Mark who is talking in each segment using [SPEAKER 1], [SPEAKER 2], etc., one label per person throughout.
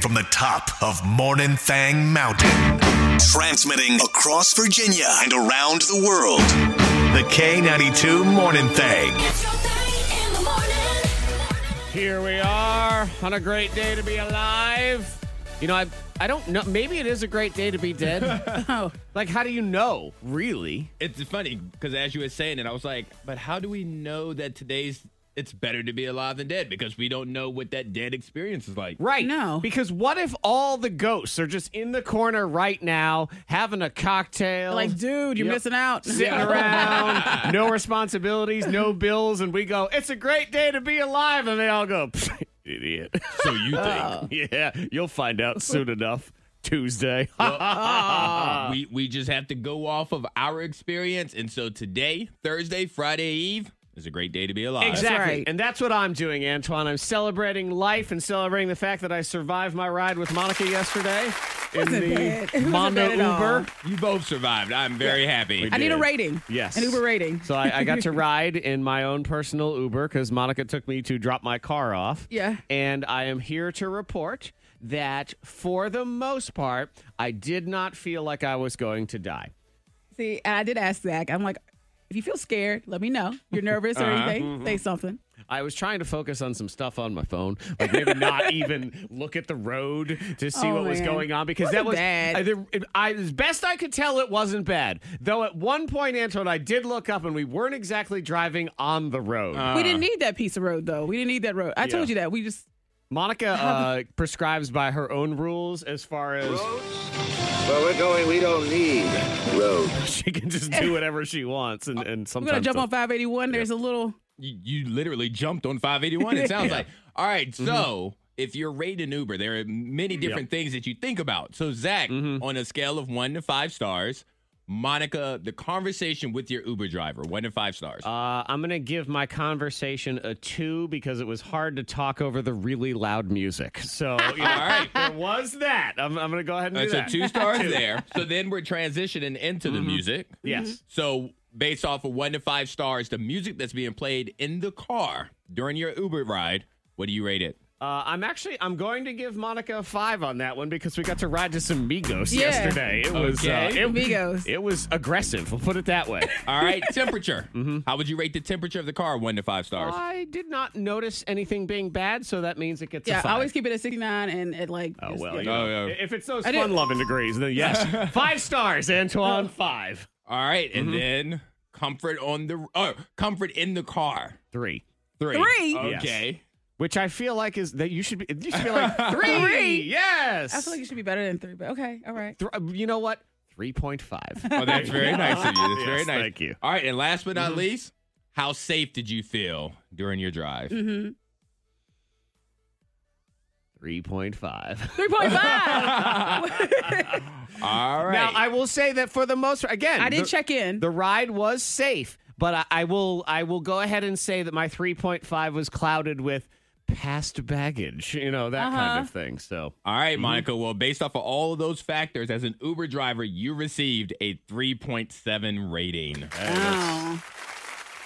[SPEAKER 1] from the top of Morning Thang Mountain, transmitting across Virginia and around the world. The K92 Morning Thang.
[SPEAKER 2] It's your thing in the morning.
[SPEAKER 3] Here we are on a great day to be alive. You know, I I don't know. Maybe it is a great day to be dead.
[SPEAKER 4] Oh.
[SPEAKER 3] Like, how do you know, really?
[SPEAKER 5] It's funny because as you were saying it, I was like, but how do we know that today's it's better to be alive than dead because we don't know what that dead experience is like.
[SPEAKER 3] Right.
[SPEAKER 4] No.
[SPEAKER 3] Because what if all the ghosts are just in the corner right now having a cocktail?
[SPEAKER 4] Like, dude, you're
[SPEAKER 3] Yep.
[SPEAKER 4] missing out.
[SPEAKER 3] Sitting around, no responsibilities, no bills, and we go, it's a great day to be alive. And they all go, "Pfft, idiot.
[SPEAKER 5] So you think
[SPEAKER 3] yeah, you'll find out soon enough. Tuesday.
[SPEAKER 5] we we just have to go off of our experience, and so today, Thursday, Friday Eve is a great day to be alive.
[SPEAKER 3] Exactly.
[SPEAKER 4] right.
[SPEAKER 3] And that's what I'm doing, Antoine. I'm celebrating life and celebrating the fact that I survived my ride with Monica yesterday in
[SPEAKER 4] Wasn't
[SPEAKER 3] the
[SPEAKER 4] bad. It wasn't
[SPEAKER 3] Mondo
[SPEAKER 4] bad at all.
[SPEAKER 3] Uber.
[SPEAKER 5] You both survived. I'm very happy.
[SPEAKER 4] I need a
[SPEAKER 3] did.
[SPEAKER 4] rating.
[SPEAKER 3] Yes.
[SPEAKER 4] An Uber rating.
[SPEAKER 3] So I, I got to ride in my own personal Uber because Monica took me to drop my car off.
[SPEAKER 4] Yeah.
[SPEAKER 3] And I am here to report that for the most part, I did not feel like I was going to die.
[SPEAKER 4] See, and I did ask Zach. I'm like, if you feel scared, let me know. You're nervous or
[SPEAKER 3] Uh-huh. Mm-hmm.
[SPEAKER 4] anything, say something.
[SPEAKER 3] I was trying to focus on some stuff on my phone, like maybe not even look at the road to see
[SPEAKER 4] Oh,
[SPEAKER 3] what was
[SPEAKER 4] man.
[SPEAKER 3] going on because
[SPEAKER 4] Wasn't
[SPEAKER 3] that was
[SPEAKER 4] bad.
[SPEAKER 3] I, there- I- as best I could tell, it wasn't bad. Though at one point, Antoine, I did look up and we weren't exactly driving on the road.
[SPEAKER 4] we didn't need that piece of road though. We didn't need that road. I told you that. We just
[SPEAKER 3] Monica uh, prescribes by her own rules as far as
[SPEAKER 6] Where we're going, we don't need roads.
[SPEAKER 3] she can just do whatever she wants, and, and
[SPEAKER 4] we're
[SPEAKER 3] sometimes
[SPEAKER 4] gonna jump on 581. There's a little
[SPEAKER 5] you, you literally jumped on 581. It sounds like. All right,
[SPEAKER 3] Mm-hmm.
[SPEAKER 5] so if you're rating Uber, there are many different things that you think about. So, Zach,
[SPEAKER 3] Mm-hmm.
[SPEAKER 5] on a scale of one to five stars, Monica, the conversation with your Uber driver, one to five stars.
[SPEAKER 3] Uh, I'm gonna give my conversation a two because it was hard to talk over the really loud music. So you know,
[SPEAKER 5] All right.
[SPEAKER 3] there was that. I'm, I'm gonna go ahead and
[SPEAKER 5] All right,
[SPEAKER 3] do that.
[SPEAKER 5] so
[SPEAKER 3] Mm-hmm.
[SPEAKER 5] two stars there. So then we're transitioning into the music.
[SPEAKER 3] Yes.
[SPEAKER 4] Mm-hmm.
[SPEAKER 5] So based off of one to five stars, the music that's being played in the car during your Uber ride, what do you rate it?
[SPEAKER 3] Uh, I'm actually I'm going to give Monica a five on that one because we got to ride to some Migos
[SPEAKER 4] Yeah.
[SPEAKER 3] yesterday. It was uh,
[SPEAKER 5] Okay.
[SPEAKER 3] it,
[SPEAKER 4] Migos.
[SPEAKER 3] It was aggressive. We'll put it that way.
[SPEAKER 5] All right, temperature.
[SPEAKER 3] Mm-hmm.
[SPEAKER 5] How would you rate the temperature of the car? One to five stars.
[SPEAKER 3] I did not notice anything being bad, so that means it gets
[SPEAKER 4] yeah.
[SPEAKER 3] a
[SPEAKER 4] I
[SPEAKER 3] five.
[SPEAKER 4] always keep it at 69 and at like.
[SPEAKER 3] oh
[SPEAKER 4] just-
[SPEAKER 3] well.
[SPEAKER 4] yeah.
[SPEAKER 3] you know,
[SPEAKER 5] Oh, yeah.
[SPEAKER 3] If it's those
[SPEAKER 4] I did-
[SPEAKER 3] fun loving degrees, then yes, five stars, Antoine. Five,
[SPEAKER 5] All right, and then comfort on the oh, comfort in the car.
[SPEAKER 3] three.
[SPEAKER 5] Three.
[SPEAKER 4] Three?
[SPEAKER 3] Yes.
[SPEAKER 5] Okay.
[SPEAKER 3] Which I feel like is that you should be you should be like three.
[SPEAKER 4] Three?
[SPEAKER 3] Yes.
[SPEAKER 4] I feel like you should be better than three, but okay, all right.
[SPEAKER 3] Th- you know what? Three point five.
[SPEAKER 5] Oh, that's very nice of you. Mm-hmm. That's very
[SPEAKER 3] Yes,
[SPEAKER 5] nice.
[SPEAKER 3] thank you.
[SPEAKER 5] All right, and last but not least, how safe did you feel during your drive?
[SPEAKER 4] Mm-hmm.
[SPEAKER 3] Three point five.
[SPEAKER 4] 3.5.
[SPEAKER 5] All right.
[SPEAKER 3] Now I will say that for the most again,
[SPEAKER 4] I did
[SPEAKER 3] the,
[SPEAKER 4] check in.
[SPEAKER 3] The ride was safe, but I, I will I will go ahead and say that my three point five was clouded with past baggage, you know that
[SPEAKER 4] Uh-huh.
[SPEAKER 3] kind of thing. So
[SPEAKER 5] All right, Monica. Well, based off of all of those factors, as an Uber driver, you received a 3.7 rating. Uh,
[SPEAKER 4] Oh.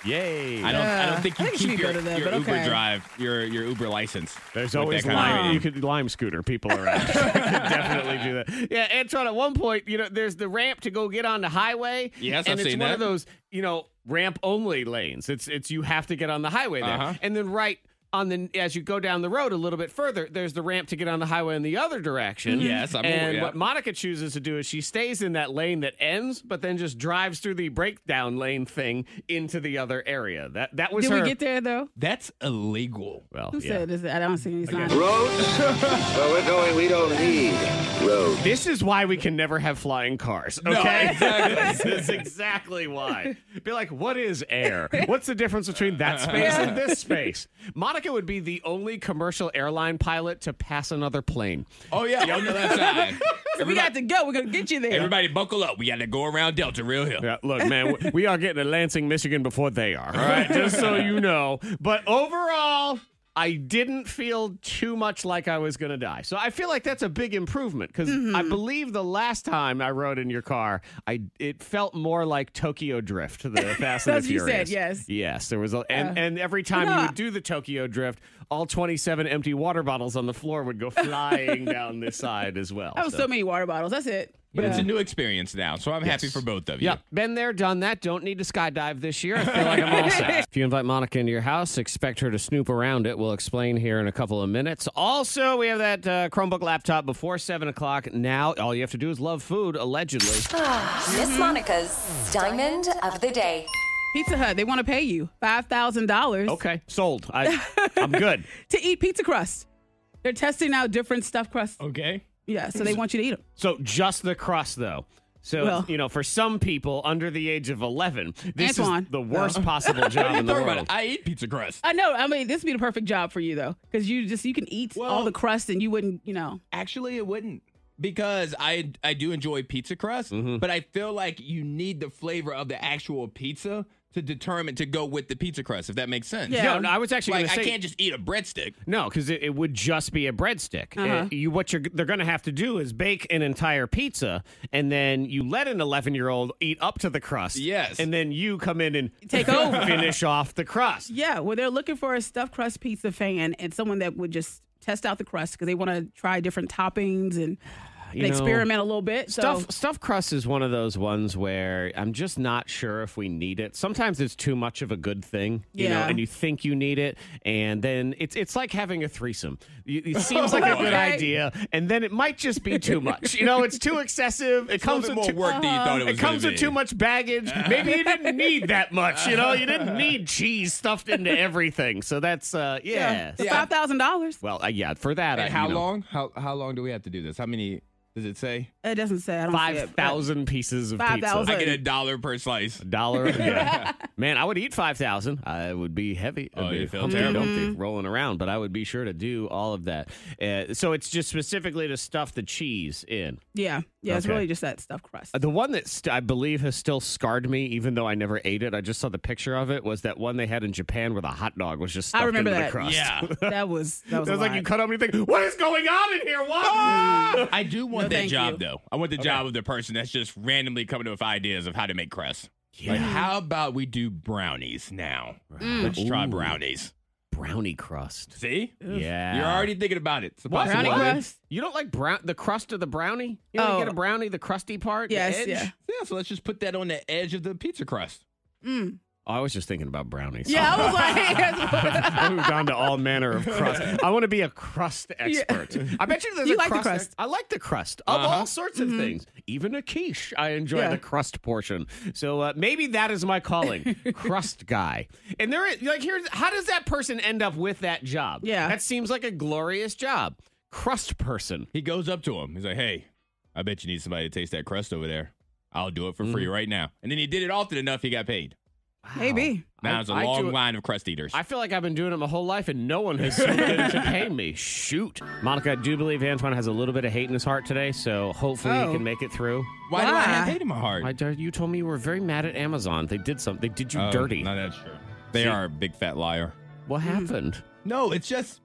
[SPEAKER 3] yay!
[SPEAKER 5] I don't. I don't think you
[SPEAKER 4] I think it should
[SPEAKER 5] keep
[SPEAKER 4] be
[SPEAKER 5] your,
[SPEAKER 4] better than that,
[SPEAKER 5] your
[SPEAKER 4] but
[SPEAKER 5] Uber
[SPEAKER 4] okay.
[SPEAKER 5] drive, your your Uber license. with
[SPEAKER 3] There's
[SPEAKER 5] that
[SPEAKER 3] always
[SPEAKER 5] kind of
[SPEAKER 3] lime.
[SPEAKER 5] rating.
[SPEAKER 3] You could lime scooter people around. You could definitely do that. Yeah, Antron. At one point, you know, there's the ramp to go get on the highway.
[SPEAKER 5] Yes,
[SPEAKER 3] and
[SPEAKER 5] I've
[SPEAKER 3] it's
[SPEAKER 5] seen
[SPEAKER 3] one
[SPEAKER 5] that.
[SPEAKER 3] of those you know ramp only lanes. It's it's you have to get on the highway there,
[SPEAKER 5] Uh-huh.
[SPEAKER 3] and then right. On the as you go down the road a little bit further, there's the ramp to get on the highway in the other direction.
[SPEAKER 5] Mm-hmm. Yes, I'm
[SPEAKER 3] and
[SPEAKER 5] aware, yeah.
[SPEAKER 3] what Monica chooses to do is she stays in that lane that ends, but then just drives through the breakdown lane thing into the other area. That that was
[SPEAKER 4] Did
[SPEAKER 3] her-
[SPEAKER 4] we get there though?
[SPEAKER 5] That's illegal.
[SPEAKER 3] Well,
[SPEAKER 4] Who
[SPEAKER 3] yeah.
[SPEAKER 4] said this? I don't see any signs.
[SPEAKER 6] Roads? Where we're going, we don't need roads.
[SPEAKER 3] This is why we can never have flying cars. Okay,
[SPEAKER 5] exactly.
[SPEAKER 3] this is exactly why. Be like, what is air? What's the difference between that space and this space? Monica would be the only commercial airline pilot to pass another plane.
[SPEAKER 5] Oh yeah, on the left side.
[SPEAKER 4] So we got to go. We're gonna get you there.
[SPEAKER 5] Everybody, buckle up. We got to go around Delta real hill.
[SPEAKER 3] Yeah, look, man, w- we are getting to Lansing, Michigan before they are. All right, just so you know. But overall, I didn't feel too much like I was going to die. So I feel like that's a big improvement because
[SPEAKER 4] Mm-hmm.
[SPEAKER 3] I believe the last time I rode in your car, I it felt more like Tokyo Drift, the Fast and the
[SPEAKER 4] That's what you said,
[SPEAKER 3] Furious.
[SPEAKER 4] yes. Uh,
[SPEAKER 3] yes. There was, a, and and every time
[SPEAKER 4] no.
[SPEAKER 3] you would do the Tokyo Drift, all twenty-seven empty water bottles on the floor would go flying down this side as well.
[SPEAKER 4] That was so many water bottles. That's it.
[SPEAKER 5] But it's a new experience now, so I'm happy for both of you.
[SPEAKER 3] Yep, been there, done that. Don't need to skydive this year. I feel like I'm all set. if you invite Monica into your house, expect her to snoop around it. We'll explain here in a couple of minutes. Also, we have that uh, Chromebook laptop before seven o'clock. Now, all you have to do is love food, allegedly.
[SPEAKER 7] Mm-hmm.
[SPEAKER 8] Miss Monica's Diamond of the Day.
[SPEAKER 4] Pizza Hut, they want to pay you $5,000
[SPEAKER 3] Okay, sold. I, I'm good.
[SPEAKER 4] to eat pizza crust. They're testing out different stuffed crusts.
[SPEAKER 5] Okay.
[SPEAKER 4] Yeah, so they want you to eat them.
[SPEAKER 3] So just the crust, though. So
[SPEAKER 4] Well-
[SPEAKER 3] you know, for some people under the age of eleven, this
[SPEAKER 4] Antoine.
[SPEAKER 3] is the worst possible job in the
[SPEAKER 5] Talk
[SPEAKER 3] world.
[SPEAKER 5] Oh. about it. I eat pizza crust.
[SPEAKER 4] I know. I mean, this would be the perfect job for you though, because you just you can eat all
[SPEAKER 5] Well-
[SPEAKER 4] the crust and you wouldn't, you know.
[SPEAKER 5] Actually, it wouldn't because I I do enjoy pizza crust,
[SPEAKER 3] Mm-hmm.
[SPEAKER 5] but I feel like you need the flavor of the actual pizza to determine to go with the pizza crust. If that makes sense.
[SPEAKER 4] Yeah.
[SPEAKER 3] No, no, I was actually
[SPEAKER 5] Like
[SPEAKER 3] gonna
[SPEAKER 5] I
[SPEAKER 3] say-
[SPEAKER 5] can't just eat a breadstick.
[SPEAKER 3] No, because it, it would just be a breadstick.
[SPEAKER 4] Uh-huh.
[SPEAKER 3] Uh, you what you're they're going to have to do is bake an entire pizza, and then you let an 11 year old eat up to the crust.
[SPEAKER 5] Yes.
[SPEAKER 3] and then you come in and
[SPEAKER 4] Take over.
[SPEAKER 3] finish off the crust.
[SPEAKER 4] Yeah, well, they're looking for a stuffed crust pizza fan and someone that would just test out the crust because they want to try different toppings and, and
[SPEAKER 3] know,
[SPEAKER 4] experiment a little bit. So
[SPEAKER 3] Stuff stuff crust is one of those ones where I'm just not sure if we need it. Sometimes it's too much of a good thing, you know,
[SPEAKER 4] Yeah.
[SPEAKER 3] and you think you need it, and then it's it's like having a threesome. You- It seems like a good
[SPEAKER 4] Okay.
[SPEAKER 3] idea, and then it might just be too much. You know, it's too excessive. It
[SPEAKER 5] A little
[SPEAKER 3] comes with
[SPEAKER 5] bit more
[SPEAKER 3] too,
[SPEAKER 5] work than you thought it was.
[SPEAKER 3] It comes
[SPEAKER 5] gonna
[SPEAKER 3] with too
[SPEAKER 5] be.
[SPEAKER 3] much baggage. Maybe you didn't need that much. You know, you didn't need cheese stuffed into everything. So that's uh, yeah.
[SPEAKER 4] for five thousand dollars,
[SPEAKER 3] Well, uh, yeah, for that. I,
[SPEAKER 5] And how
[SPEAKER 3] you know,
[SPEAKER 5] long? How how long do we have to do this? How many does it say?
[SPEAKER 4] it doesn't say. I don't see it,
[SPEAKER 3] Five
[SPEAKER 4] but-
[SPEAKER 3] thousand pieces of pizza.
[SPEAKER 4] 5,000.
[SPEAKER 5] I get a dollar per slice.
[SPEAKER 3] dollar. Yeah. Man, I would eat 5,000. I would be heavy. I'd
[SPEAKER 5] Oh,
[SPEAKER 3] be
[SPEAKER 5] you'd feel
[SPEAKER 3] humpty
[SPEAKER 5] terrible.
[SPEAKER 3] dumpty rolling around, but I would be sure to do all of that. Uh, so it's just specifically to stuff the cheese in.
[SPEAKER 4] Yeah, yeah, it's
[SPEAKER 3] Okay.
[SPEAKER 4] really just that stuffed crust.
[SPEAKER 3] Uh, The one that st- I believe has still scarred me, even though I never ate it, I just saw the picture of it, was that one they had in Japan where the hot dog was just stuffed
[SPEAKER 4] I remember
[SPEAKER 3] into
[SPEAKER 4] that.
[SPEAKER 3] the crust.
[SPEAKER 5] Yeah.
[SPEAKER 4] that was that was,
[SPEAKER 3] It
[SPEAKER 4] a
[SPEAKER 3] was like
[SPEAKER 4] lot. Ah!
[SPEAKER 3] you cut up and you think, what is going on in here? What?
[SPEAKER 5] I do want
[SPEAKER 4] No,
[SPEAKER 5] that
[SPEAKER 4] thank
[SPEAKER 5] job
[SPEAKER 4] you.
[SPEAKER 5] though. I want the job of the person that's just randomly coming up with ideas of how to make crust. Like, how about we do brownies now?
[SPEAKER 4] Mm.
[SPEAKER 5] Let's try
[SPEAKER 3] Ooh.
[SPEAKER 5] brownies.
[SPEAKER 3] Brownie crust.
[SPEAKER 5] See?
[SPEAKER 3] Yeah.
[SPEAKER 5] You're already thinking about it. It's a
[SPEAKER 3] What?
[SPEAKER 4] Brownie
[SPEAKER 5] possibility.
[SPEAKER 4] crust?
[SPEAKER 3] You don't like brown the crust of the brownie? You don't
[SPEAKER 4] Oh.
[SPEAKER 3] get a brownie, the crusty part? the
[SPEAKER 4] Yes,
[SPEAKER 3] edge?
[SPEAKER 4] yeah.
[SPEAKER 5] Yeah, so let's just put that on the edge of the pizza crust.
[SPEAKER 3] Oh, I was just thinking about brownies.
[SPEAKER 4] Yeah, I was like,
[SPEAKER 3] I moved on to all manner of crust. I want to be a crust expert. Uh-huh. I bet you there's a
[SPEAKER 4] You like the
[SPEAKER 3] crust.
[SPEAKER 4] crust. Mm-hmm.
[SPEAKER 3] ex- I like the crust of all sorts of things, even a quiche. I enjoy
[SPEAKER 4] Yeah.
[SPEAKER 3] the crust portion. So uh, maybe that is my calling, crust guy. And there, is, like, here's how does that person end up with that job?
[SPEAKER 4] Yeah.
[SPEAKER 3] that seems like a glorious job. Crust person.
[SPEAKER 5] He goes up to him. He's like, hey, I bet you need somebody to taste that crust over there. I'll do it for free right now. And then he did it often enough, he got paid.
[SPEAKER 4] maybe.
[SPEAKER 5] Now it's a
[SPEAKER 3] I- I
[SPEAKER 5] long
[SPEAKER 3] do-
[SPEAKER 5] line of crust eaters.
[SPEAKER 3] I feel like I've been doing it my whole life and no one has swooped in to pay me. Shoot. Monica, I do believe Antoine has a little bit of hate in his heart today, so hopefully
[SPEAKER 4] Oh.
[SPEAKER 3] he can make it through.
[SPEAKER 5] why, do I have
[SPEAKER 4] Why?
[SPEAKER 5] hate in my heart?
[SPEAKER 3] I, dare- you told me you were very mad at Amazon. They did something. They did you
[SPEAKER 5] Oh,
[SPEAKER 3] dirty.
[SPEAKER 5] No, that's true. They
[SPEAKER 3] See?
[SPEAKER 5] are a big fat liar.
[SPEAKER 3] What happened?
[SPEAKER 5] No, it's just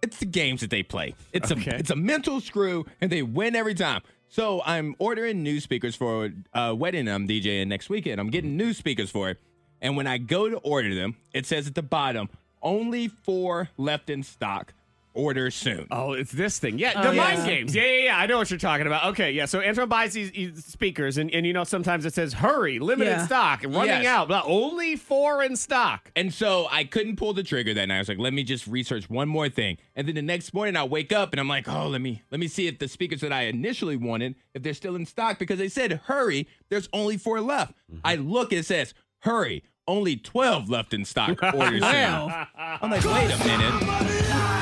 [SPEAKER 5] it's the games that they play. It's
[SPEAKER 3] Okay.
[SPEAKER 5] a it's a mental screw, and they win every time. So I'm ordering new speakers for a wedding I'm DJing next weekend. I'm getting new speakers for it, and when I go to order them, it says at the bottom only four left in stock. Order soon.
[SPEAKER 3] Oh, it's this thing. Yeah, the mind games. Yeah, yeah, yeah. I know what you're talking about. Okay, yeah. So Antoine buys these, these speakers, and, and you know sometimes it says hurry, limited
[SPEAKER 4] Yeah.
[SPEAKER 3] stock, running
[SPEAKER 5] Yes.
[SPEAKER 3] out, blah, only four in stock.
[SPEAKER 5] And so I couldn't pull the trigger that night. I was like, let me just research one more thing. And then the next morning I wake up and I'm like, oh, let me let me see if the speakers that I initially wanted, if they're still in stock, because they said hurry, there's only four left.
[SPEAKER 3] Mm-hmm.
[SPEAKER 5] I look, it says, hurry, only 12 left in stock. Order soon.
[SPEAKER 4] Wow.
[SPEAKER 5] I'm like, wait a minute.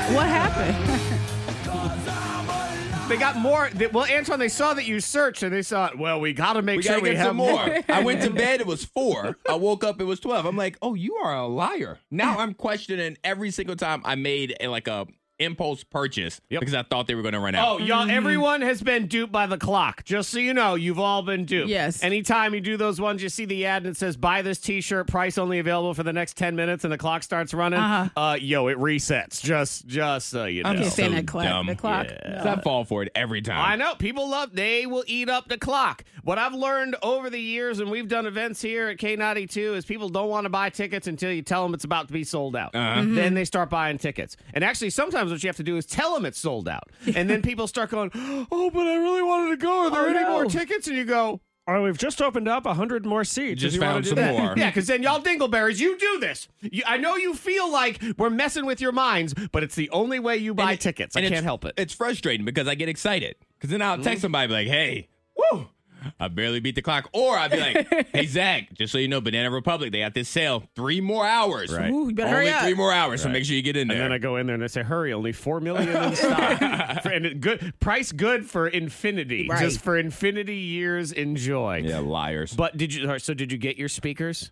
[SPEAKER 4] What happened?
[SPEAKER 3] They got more. They, well, Antoine, they saw that you searched, and they thought, well, we got to make
[SPEAKER 5] We
[SPEAKER 3] sure
[SPEAKER 5] gotta
[SPEAKER 3] we
[SPEAKER 5] get
[SPEAKER 3] have
[SPEAKER 5] some more. I went to bed, it was four. I woke up, it was 12. I'm like, oh, you are a liar. Now I'm questioning every single time I made a, like a impulse purchase
[SPEAKER 3] Yep.
[SPEAKER 5] because I thought they were going to run out.
[SPEAKER 3] Oh, y'all, everyone has been duped by the clock. Just so you know, you've all been duped.
[SPEAKER 4] Yes.
[SPEAKER 3] Anytime you do those ones, you see the ad and it says, buy this t shirt, price only available for the next 10 minutes, and the clock starts running. uh yo, it resets. Just, just so you know.
[SPEAKER 4] I'm just saying
[SPEAKER 5] so
[SPEAKER 4] that clock.
[SPEAKER 5] dumb.
[SPEAKER 4] The clock.
[SPEAKER 5] Yeah. I fall for it every time.
[SPEAKER 3] I know people love. They will eat up the clock. What I've learned over the years, and we've done events here at K ninety two, is people don't want to buy tickets until you tell them it's about to be sold out.
[SPEAKER 5] Uh-huh.
[SPEAKER 3] Then they start buying tickets. And actually, sometimes what you have to do is tell them it's sold out, and then people start going, "Oh, but I really wanted to go. Are there
[SPEAKER 4] Oh,
[SPEAKER 3] any
[SPEAKER 4] no.
[SPEAKER 3] more tickets?" And you go. Oh, we've just opened up a hundred more seats.
[SPEAKER 5] Just
[SPEAKER 3] if you wanna
[SPEAKER 5] found
[SPEAKER 3] do
[SPEAKER 5] some
[SPEAKER 3] that."
[SPEAKER 5] more.
[SPEAKER 3] Yeah, because then y'all dingleberries, you do this. You, I know you feel like we're messing with your minds, but it's the only way you buy
[SPEAKER 5] And it-
[SPEAKER 3] tickets. I
[SPEAKER 5] and
[SPEAKER 3] can't
[SPEAKER 5] it's-
[SPEAKER 3] help it. Mm-hmm.
[SPEAKER 5] It's frustrating because I get excited. Because then I'll text somebody like, hey, woo, I barely beat the clock. Or I'll be like, hey, Zach, just so you know, Banana Republic, they got this sale. Three more hours.
[SPEAKER 3] Right.
[SPEAKER 4] Ooh, you better
[SPEAKER 5] Only
[SPEAKER 4] hurry up.
[SPEAKER 5] three more hours. So make sure you get in there.
[SPEAKER 3] And then I go in there and I say, "Hurry! Only four million in stock, For- and it- good price, good for infinity,
[SPEAKER 4] Right.
[SPEAKER 3] just for infinity years. Enjoy."
[SPEAKER 5] yeah, liars.
[SPEAKER 3] But did you? all right, So did you get your speakers?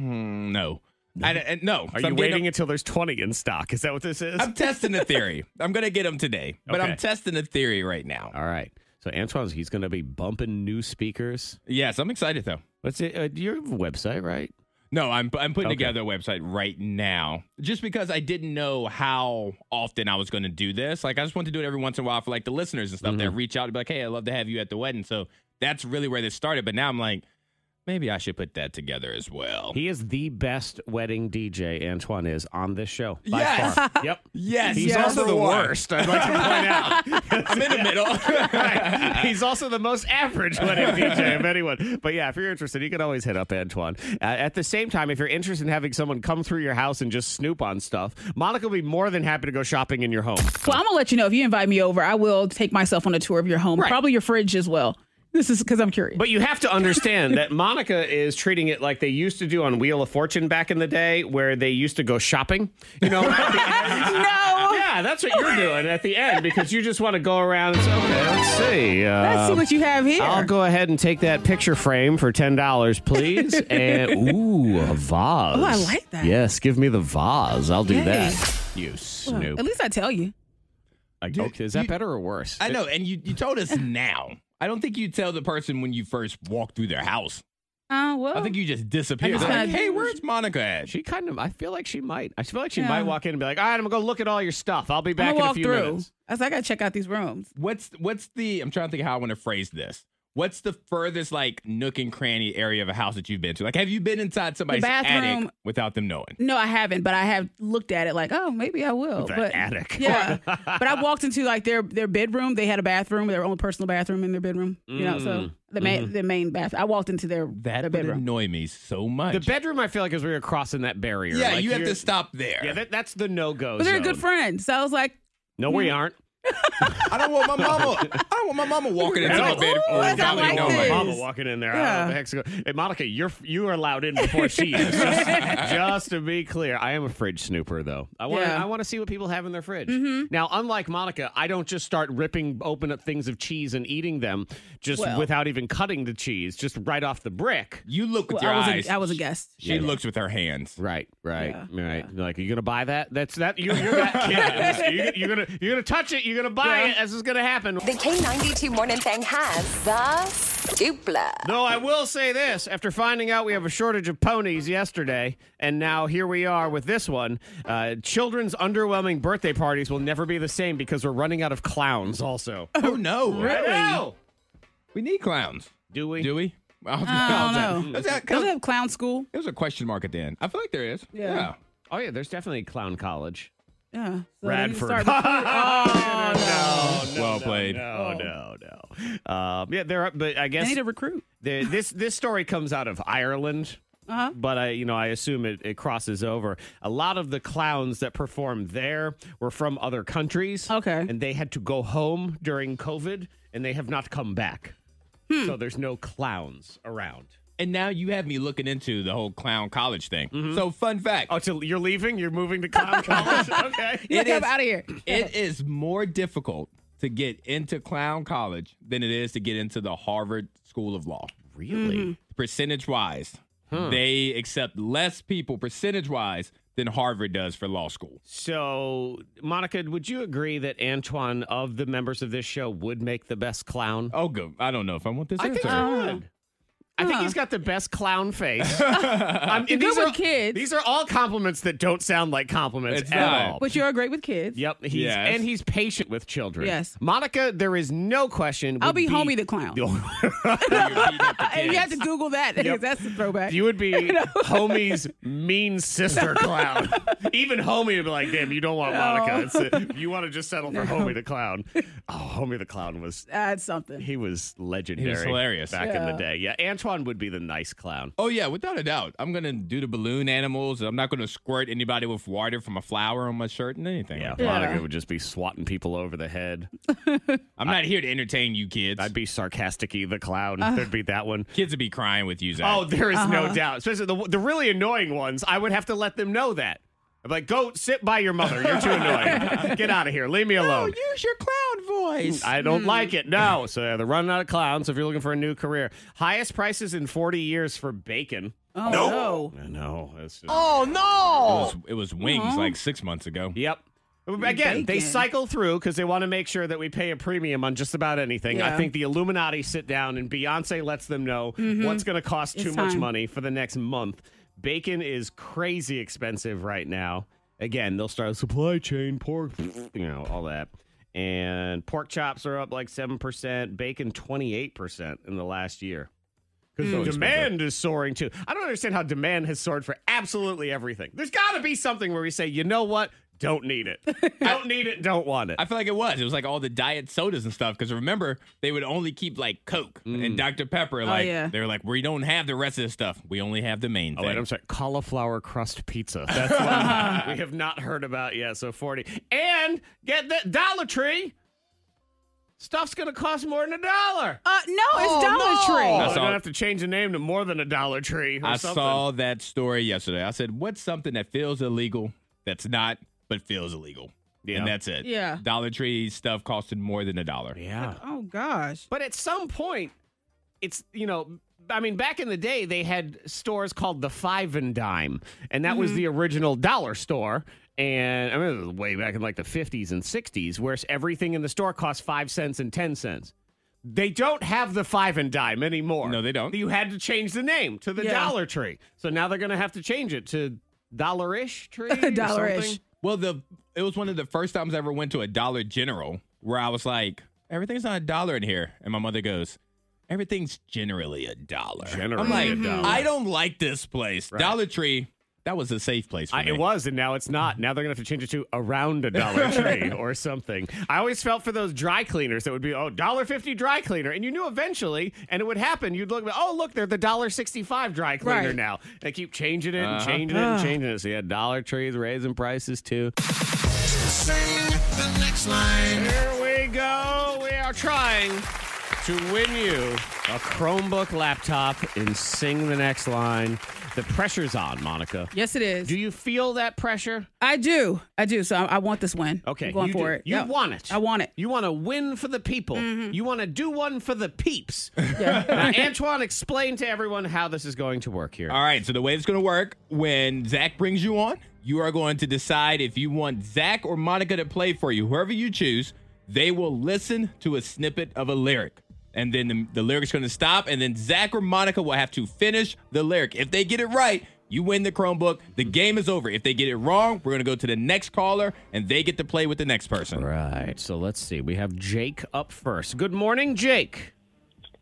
[SPEAKER 5] Mm, no. I, I, no.
[SPEAKER 3] Are
[SPEAKER 5] So
[SPEAKER 3] you
[SPEAKER 5] I'm getting
[SPEAKER 3] waiting
[SPEAKER 5] them-
[SPEAKER 3] until there's twenty in stock? Is that what this is?
[SPEAKER 5] I'm testing the theory. I'm going to get them today. But
[SPEAKER 3] Okay.
[SPEAKER 5] I'm testing the theory right now.
[SPEAKER 3] All right. So Antoine's he's going to be bumping new speakers.
[SPEAKER 5] Yes, I'm excited, though.
[SPEAKER 3] What's it? Uh, your website, right?
[SPEAKER 5] No, I'm I'm putting
[SPEAKER 3] Okay.
[SPEAKER 5] together a website right now. Just because I didn't know how often I was going to do this. Like I just want to do it every once in a while for like the listeners and stuff that
[SPEAKER 3] Mm-hmm.
[SPEAKER 5] reach out and be like, "Hey, I'd love to have you at the wedding." So that's really where this started. But now I'm like, maybe I should put that together as well.
[SPEAKER 3] He is the best wedding DJ. Antoine is on this show. By
[SPEAKER 5] Yes.
[SPEAKER 3] Far. Yep.
[SPEAKER 5] yes,
[SPEAKER 3] He's also
[SPEAKER 5] number
[SPEAKER 3] the
[SPEAKER 5] one.
[SPEAKER 3] worst. I'd like to point out.
[SPEAKER 5] I'm in the middle.
[SPEAKER 3] He's also the most average wedding DJ of anyone. But yeah, if you're interested, you can always hit up Antoine. Uh, at the same time, if you're interested in having someone come through your house and just snoop on stuff, Monica will be more than happy to go shopping in your home.
[SPEAKER 4] Well, I'm gonna let you know if you invite me over. I will take myself on a tour of your home,
[SPEAKER 3] Right.
[SPEAKER 4] probably your fridge as well. This is because I'm curious.
[SPEAKER 3] But you have to understand that Monica is treating it like they used to do on Wheel of Fortune back in the day, where they used to go shopping. You know, at the end.
[SPEAKER 4] no,
[SPEAKER 3] yeah, that's what you're doing at the end because you just want to go around. and say, okay, let's see. Uh,
[SPEAKER 4] let's see what you have here.
[SPEAKER 3] I'll go ahead and take that picture frame for ten dollars, please. and ooh, a vase.
[SPEAKER 4] Ooh, Oh, I like that.
[SPEAKER 3] Yes, give me the vase. I'll do
[SPEAKER 4] Yay.
[SPEAKER 3] that. You
[SPEAKER 4] Well,
[SPEAKER 3] snoop.
[SPEAKER 4] At least I tell you.
[SPEAKER 3] Like, okay, is that better or worse?
[SPEAKER 5] I know, and you you told us now. I don't think you tell the person when you first walk through their house.
[SPEAKER 4] Uh, well,
[SPEAKER 5] I think you just disappear.
[SPEAKER 4] just
[SPEAKER 5] They're like,
[SPEAKER 4] kinda-
[SPEAKER 5] hey, where's Monica at?
[SPEAKER 3] She kind of. I feel like she might. I feel like she
[SPEAKER 4] Yeah.
[SPEAKER 3] might walk in and be like, "All right, I'm gonna go look at all your stuff. I'll be
[SPEAKER 4] I'm
[SPEAKER 3] back
[SPEAKER 4] gonna
[SPEAKER 3] in a
[SPEAKER 4] walk
[SPEAKER 3] few
[SPEAKER 4] through.
[SPEAKER 3] minutes."
[SPEAKER 4] I was like, I gotta check out these rooms.
[SPEAKER 5] What's what's the I'm trying to think of how I want to phrase this. What's the furthest like nook and cranny area of a house that you've been to? Like have you been inside somebody's
[SPEAKER 4] bathroom.
[SPEAKER 5] attic without them knowing?
[SPEAKER 4] No, I haven't, but I have looked at it like, oh, maybe I will.
[SPEAKER 3] The
[SPEAKER 4] but
[SPEAKER 3] attic.
[SPEAKER 4] Yeah. but I walked into like their their bedroom. They had a bathroom, their own personal bathroom in their bedroom. You know, so
[SPEAKER 3] Mm.
[SPEAKER 4] the
[SPEAKER 3] Mm-hmm.
[SPEAKER 4] main the main bathroom. I walked into their
[SPEAKER 5] That
[SPEAKER 4] their
[SPEAKER 5] would
[SPEAKER 4] bedroom.
[SPEAKER 5] annoy me so much.
[SPEAKER 3] The bedroom. I feel like is where you're crossing that barrier.
[SPEAKER 5] yeah,
[SPEAKER 3] Like,
[SPEAKER 5] you have
[SPEAKER 3] you're-
[SPEAKER 5] to stop there.
[SPEAKER 3] Yeah, that, that's the no go.
[SPEAKER 4] But they're good Hmm. friends. So I was like,
[SPEAKER 3] No, we aren't.
[SPEAKER 5] I don't want my mama. I don't want my mama walking into
[SPEAKER 3] No.
[SPEAKER 5] my bedroom.
[SPEAKER 4] Ooh, Oh, I
[SPEAKER 5] without
[SPEAKER 4] don't
[SPEAKER 5] me
[SPEAKER 4] like
[SPEAKER 5] knowing.
[SPEAKER 4] this.
[SPEAKER 3] Mama walking in there. I don't know what
[SPEAKER 4] Yeah.
[SPEAKER 3] the heck's going. Hey, Monica, you're you are allowed in before she is. Just, just to be clear, I am a fridge snooper though. I want
[SPEAKER 4] Yeah. Mm-hmm.
[SPEAKER 3] I want to see what people have in their fridge. Now, unlike Monica, I don't just start ripping open up things of cheese and eating them just
[SPEAKER 4] Well-
[SPEAKER 3] without even cutting the cheese, just right off the brick.
[SPEAKER 5] You look with
[SPEAKER 4] well,
[SPEAKER 5] your
[SPEAKER 4] I was
[SPEAKER 5] eyes.
[SPEAKER 4] a, I was a guest.
[SPEAKER 5] she looks with her hands.
[SPEAKER 3] Right, right,
[SPEAKER 4] Yeah.
[SPEAKER 3] right. Like, are you gonna buy that? That's that. You're, you're that kid. you're, you're gonna you're gonna touch it. You're gonna buy
[SPEAKER 4] Yeah.
[SPEAKER 3] it. This is gonna happen.
[SPEAKER 8] The K92 Morning Thing has the dupla.
[SPEAKER 3] Though I will say this, after finding out we have a shortage of ponies yesterday, and now here we are with this one, uh, children's underwhelming birthday parties will never be the same because we're running out of clowns also.
[SPEAKER 5] Oh no.
[SPEAKER 3] No!
[SPEAKER 5] We need clowns.
[SPEAKER 3] Do we?
[SPEAKER 5] Do we? Oh,
[SPEAKER 4] I don't know.
[SPEAKER 5] Is that-
[SPEAKER 4] Does it have clown school?
[SPEAKER 5] There's a question mark at the end. I feel like there is.
[SPEAKER 4] Yeah.
[SPEAKER 3] Oh, yeah, there's definitely a clown college.
[SPEAKER 4] Yeah. So then you
[SPEAKER 3] Radford.
[SPEAKER 4] start recruiting- oh,
[SPEAKER 3] no,
[SPEAKER 5] Well played.
[SPEAKER 3] No, no, no. Um, yeah, there are, but I
[SPEAKER 4] I
[SPEAKER 3] guess
[SPEAKER 4] Oh. need a recruit.
[SPEAKER 3] the, this, this story comes out of Ireland.
[SPEAKER 4] Uh-huh.
[SPEAKER 3] but I, you know, I assume it, it crosses over. A lot of the clowns that performed there were from other countries.
[SPEAKER 4] Okay.
[SPEAKER 3] And they had to go home during COVID and they have not come back.
[SPEAKER 4] Hmm.
[SPEAKER 3] So there's no clowns around.
[SPEAKER 5] And now you have me looking into the whole clown college thing. So, fun fact
[SPEAKER 3] Oh, so you're leaving? You're moving to clown college? Okay.
[SPEAKER 4] Get
[SPEAKER 5] is-
[SPEAKER 4] out of here.
[SPEAKER 5] it is more difficult to get into clown college than it is to get into the Harvard School of Law.
[SPEAKER 3] Really?
[SPEAKER 4] Mm-hmm.
[SPEAKER 5] Percentage wise, they accept less people percentage wise than Harvard does for law school.
[SPEAKER 3] So, Monica, would you agree that Antoine, of the members of this show, would make the best clown?
[SPEAKER 5] Oh, good. I don't know if I want this
[SPEAKER 3] I
[SPEAKER 5] answer.
[SPEAKER 3] think he
[SPEAKER 4] Uh-huh.
[SPEAKER 3] would. I think he's got the best clown face. I'm
[SPEAKER 4] You're good with kids.
[SPEAKER 3] These are all compliments that don't sound like compliments
[SPEAKER 5] It's
[SPEAKER 3] at
[SPEAKER 5] not.
[SPEAKER 3] all.
[SPEAKER 4] But you're great with kids.
[SPEAKER 3] Yep, he's
[SPEAKER 5] Yes.
[SPEAKER 3] and he's patient with children.
[SPEAKER 4] Yes.
[SPEAKER 3] Monica, there is no question.
[SPEAKER 4] I'll
[SPEAKER 3] would
[SPEAKER 4] be Homie the Clown.
[SPEAKER 5] You're beating up the
[SPEAKER 4] And you have to
[SPEAKER 5] kids.
[SPEAKER 4] Google that because
[SPEAKER 3] Yep.
[SPEAKER 4] that's the throwback.
[SPEAKER 3] You would be homie's mean sister clown. Even homie would be like, "Damn, you don't want Monica. It's- uh, you want to just settle for homie the clown." Oh, homie the clown was
[SPEAKER 4] that's something.
[SPEAKER 3] he was legendary.
[SPEAKER 5] hilarious.
[SPEAKER 3] back in the
[SPEAKER 4] Yeah.
[SPEAKER 3] day. Yeah, Antoine would be the nice clown.
[SPEAKER 5] Oh yeah, without a doubt. I'm gonna do the balloon animals. I'm not gonna squirt anybody with water from a flower on my shirt and anything.
[SPEAKER 3] Yeah,
[SPEAKER 5] like that.
[SPEAKER 3] Monica would just be swatting people over the head.
[SPEAKER 5] I'm not here to entertain you kids.
[SPEAKER 3] I'd be sarcastic the clown. There'd be that one.
[SPEAKER 5] kids would be crying with you, Zach.
[SPEAKER 3] Oh, there is no doubt. Especially the, the really annoying ones. I would have to let them know that. I'm like, go sit by your mother. You're too annoying. Get out of here. Leave me alone.
[SPEAKER 5] use your clown voice.
[SPEAKER 3] I don't like it. No. So yeah, they're running out of clowns. If you're looking for a new career, highest prices in 40 years for bacon.
[SPEAKER 4] Oh,
[SPEAKER 1] No.
[SPEAKER 4] no.
[SPEAKER 3] I know. It's just-
[SPEAKER 5] It
[SPEAKER 4] Oh.
[SPEAKER 5] was, it was wings
[SPEAKER 4] Mm-hmm.
[SPEAKER 5] like six months ago.
[SPEAKER 3] Yep. Again, they
[SPEAKER 4] Bacon.
[SPEAKER 3] cycle through because they want to make sure that we pay a premium on just about anything. I
[SPEAKER 4] Yeah.
[SPEAKER 3] think the Illuminati sit down and Beyonce lets them know what's going to cost too
[SPEAKER 4] Mm-hmm. It's
[SPEAKER 3] much
[SPEAKER 4] time.
[SPEAKER 3] money for the next month. Bacon is crazy expensive right now. Again, they'll start supply chain, pork, you know, all that. And pork chops are up like 7%, bacon 28% in the last year.
[SPEAKER 4] Hmm.
[SPEAKER 3] Because
[SPEAKER 5] Mm.
[SPEAKER 3] demand is soaring too. I don't understand how demand has soared for absolutely everything. There's got to be something where we say, you know what? Don't need it. don't need it. Don't want it.
[SPEAKER 5] I feel like it was. It was like all the diet sodas and stuff. Because remember, they would only keep like Coke and Dr Pepper. Like
[SPEAKER 4] Mm. Oh, yeah.
[SPEAKER 5] they were like, we don't have the rest of this stuff. We only have the main
[SPEAKER 3] Oh,
[SPEAKER 5] thing.
[SPEAKER 3] wait, I'm sorry. Cauliflower crust pizza. That's one we have not heard about yet. So 40. And get the Dollar Tree. Stuff's going to cost more than a dollar.
[SPEAKER 4] Uh, no, it's Dollar
[SPEAKER 3] Oh,
[SPEAKER 4] Tree.
[SPEAKER 5] I
[SPEAKER 3] they're
[SPEAKER 5] saw-
[SPEAKER 3] going to have to change the name to more than a Dollar Tree or
[SPEAKER 5] I
[SPEAKER 3] something.
[SPEAKER 5] saw that story yesterday. I said, "What's something that feels illegal that's not, but feels illegal?"
[SPEAKER 3] Yeah.
[SPEAKER 5] And that's it.
[SPEAKER 4] Yeah.
[SPEAKER 5] Dollar Tree stuff costed more than a dollar.
[SPEAKER 3] yeah.
[SPEAKER 4] Oh, gosh.
[SPEAKER 3] But at some point, it's you know, I mean, back in the day, they had stores called the Five and Dime, and that was
[SPEAKER 5] Mm-hmm.
[SPEAKER 3] the original dollar store. And I mean, it was way back in like the fifties and sixties, where everything in the store cost five cents and ten cents. They don't have the five and dime anymore.
[SPEAKER 5] No, they don't.
[SPEAKER 3] You had to change the name to the
[SPEAKER 4] Yeah.
[SPEAKER 3] Dollar Tree, so now they're going to have to change it to Dollarish Tree. or
[SPEAKER 4] Dollar-ish.
[SPEAKER 3] something.
[SPEAKER 5] Well, the it was one of the first times I ever went to a Dollar General where I was like, "Everything's not a dollar in here," and my mother goes. Everything's generally a dollar.
[SPEAKER 3] Generally
[SPEAKER 5] I'm like,
[SPEAKER 3] a dollar.
[SPEAKER 5] I don't like this place. Dollar Tree, that was a safe place for
[SPEAKER 3] I,
[SPEAKER 5] me.
[SPEAKER 3] it was, and now it's not. Now they're gonna have to change it to around a Dollar Tree or something. I always felt for those dry cleaners that would be oh dollar fifty dry cleaner, and you knew eventually, and it would happen. You'd look, oh look, they're the dollar sixty five dry cleaner
[SPEAKER 4] Right.
[SPEAKER 3] now. They keep changing it and changing it and changing it. So yeah, Dollar Tree's raising prices too. Here we go. We are trying to win you a Chromebook laptop and sing the next line. The pressure's on, Monica.
[SPEAKER 4] Yes, it is.
[SPEAKER 3] Do you feel that pressure?
[SPEAKER 4] I do. I do. So I, I want this win.
[SPEAKER 3] Okay,
[SPEAKER 4] I'm going
[SPEAKER 3] you
[SPEAKER 4] for
[SPEAKER 3] do.
[SPEAKER 4] it.
[SPEAKER 3] You
[SPEAKER 4] Yeah.
[SPEAKER 3] want it.
[SPEAKER 4] I want it. Mm-hmm.
[SPEAKER 3] You want to win for the people. You want to do one for the peeps.
[SPEAKER 4] Yeah.
[SPEAKER 3] now, Antoine, explain to everyone how this is going to work here.
[SPEAKER 5] All right, so the way it's going to work when Zach brings you on, you are going to decide if you want Zach or Monica to play for you. Whoever you choose, they will listen to a snippet of a lyric. And then the, the lyric's going to stop, and then Zach or Monica will have to finish the lyric. If they get it right, you win the Chromebook. The game is over. If they get it wrong, we're going to go to the next caller, and they get to play with the next person.
[SPEAKER 3] All right, so let's see. We have Jake up first. Good morning, Jake.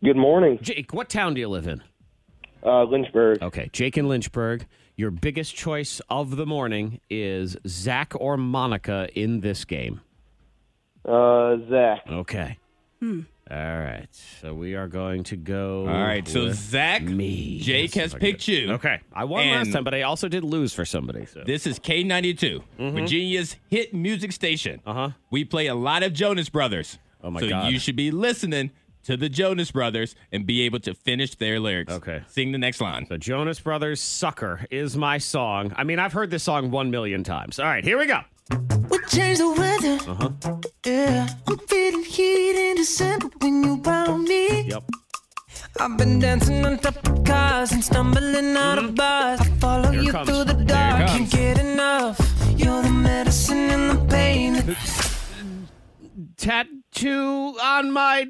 [SPEAKER 9] Good morning,
[SPEAKER 3] Jake, what town do you live in?
[SPEAKER 9] uh, Lynchburg.
[SPEAKER 3] Okay, Jake in Lynchburg. Your biggest choice of the morning is Zach or Monica in this game.
[SPEAKER 9] Uh, Zach.
[SPEAKER 3] Okay. All right, so we are going to go.
[SPEAKER 5] All right, so
[SPEAKER 3] with
[SPEAKER 5] Zach,
[SPEAKER 3] me.
[SPEAKER 5] Jake has picked you.
[SPEAKER 3] Okay, I won
[SPEAKER 5] And-
[SPEAKER 3] last time, but I also did lose for somebody. So.
[SPEAKER 5] This is K92, Virginia's hit music station.
[SPEAKER 3] Mm-hmm. Uh-huh.
[SPEAKER 5] We play a lot of Jonas Brothers.
[SPEAKER 3] Oh, my
[SPEAKER 5] so
[SPEAKER 3] God.
[SPEAKER 5] you should be listening to the Jonas Brothers and be able to finish their lyrics.
[SPEAKER 3] Okay.
[SPEAKER 5] Sing the next line.
[SPEAKER 3] The Jonas Brothers "Sucker" is my song. I mean, I've heard this song one million times. All right, here we go.
[SPEAKER 10] We change the weather.
[SPEAKER 3] Uh-huh.
[SPEAKER 10] Yeah. We're feeling heat in December when you found me.
[SPEAKER 3] Yep.
[SPEAKER 10] I've been dancing on top of cars and stumbling out of bars. I follow
[SPEAKER 3] Mm-hmm. Here it
[SPEAKER 10] you
[SPEAKER 3] comes.
[SPEAKER 10] through the
[SPEAKER 3] There it
[SPEAKER 10] dark. Can't
[SPEAKER 3] comes.
[SPEAKER 10] get enough.
[SPEAKER 3] tattoo on my.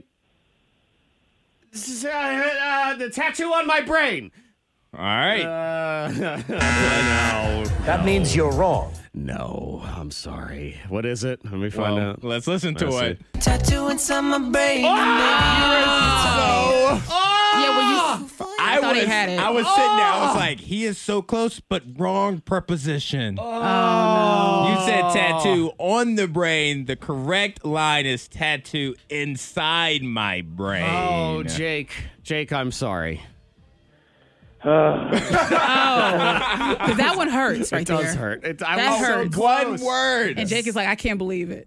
[SPEAKER 3] Uh, the tattoo on my brain.
[SPEAKER 5] All right.
[SPEAKER 3] Uh,
[SPEAKER 11] That means you're wrong.
[SPEAKER 3] No, I'm sorry. What is it? Let me find
[SPEAKER 5] Well,
[SPEAKER 3] out.
[SPEAKER 5] let's listen to
[SPEAKER 3] Let's
[SPEAKER 5] it.
[SPEAKER 10] Tattoo inside my brain.
[SPEAKER 3] Ah!
[SPEAKER 4] Yeah, well, you.
[SPEAKER 5] I,
[SPEAKER 4] thought
[SPEAKER 5] was,
[SPEAKER 4] he had it. Oh!
[SPEAKER 5] I was sitting there. I was like, he is so close, but wrong preposition.
[SPEAKER 4] Oh,
[SPEAKER 3] Oh,
[SPEAKER 5] You said tattoo on the brain. The correct line is tattoo inside my brain.
[SPEAKER 3] Oh, Jake. Jake, I'm sorry.
[SPEAKER 4] Because that one hurts right
[SPEAKER 3] It does
[SPEAKER 4] there.
[SPEAKER 3] hurt. It's, I
[SPEAKER 4] That
[SPEAKER 3] was so
[SPEAKER 4] hurts.
[SPEAKER 3] close.
[SPEAKER 5] One word.
[SPEAKER 4] And Jake is like, I can't believe it. It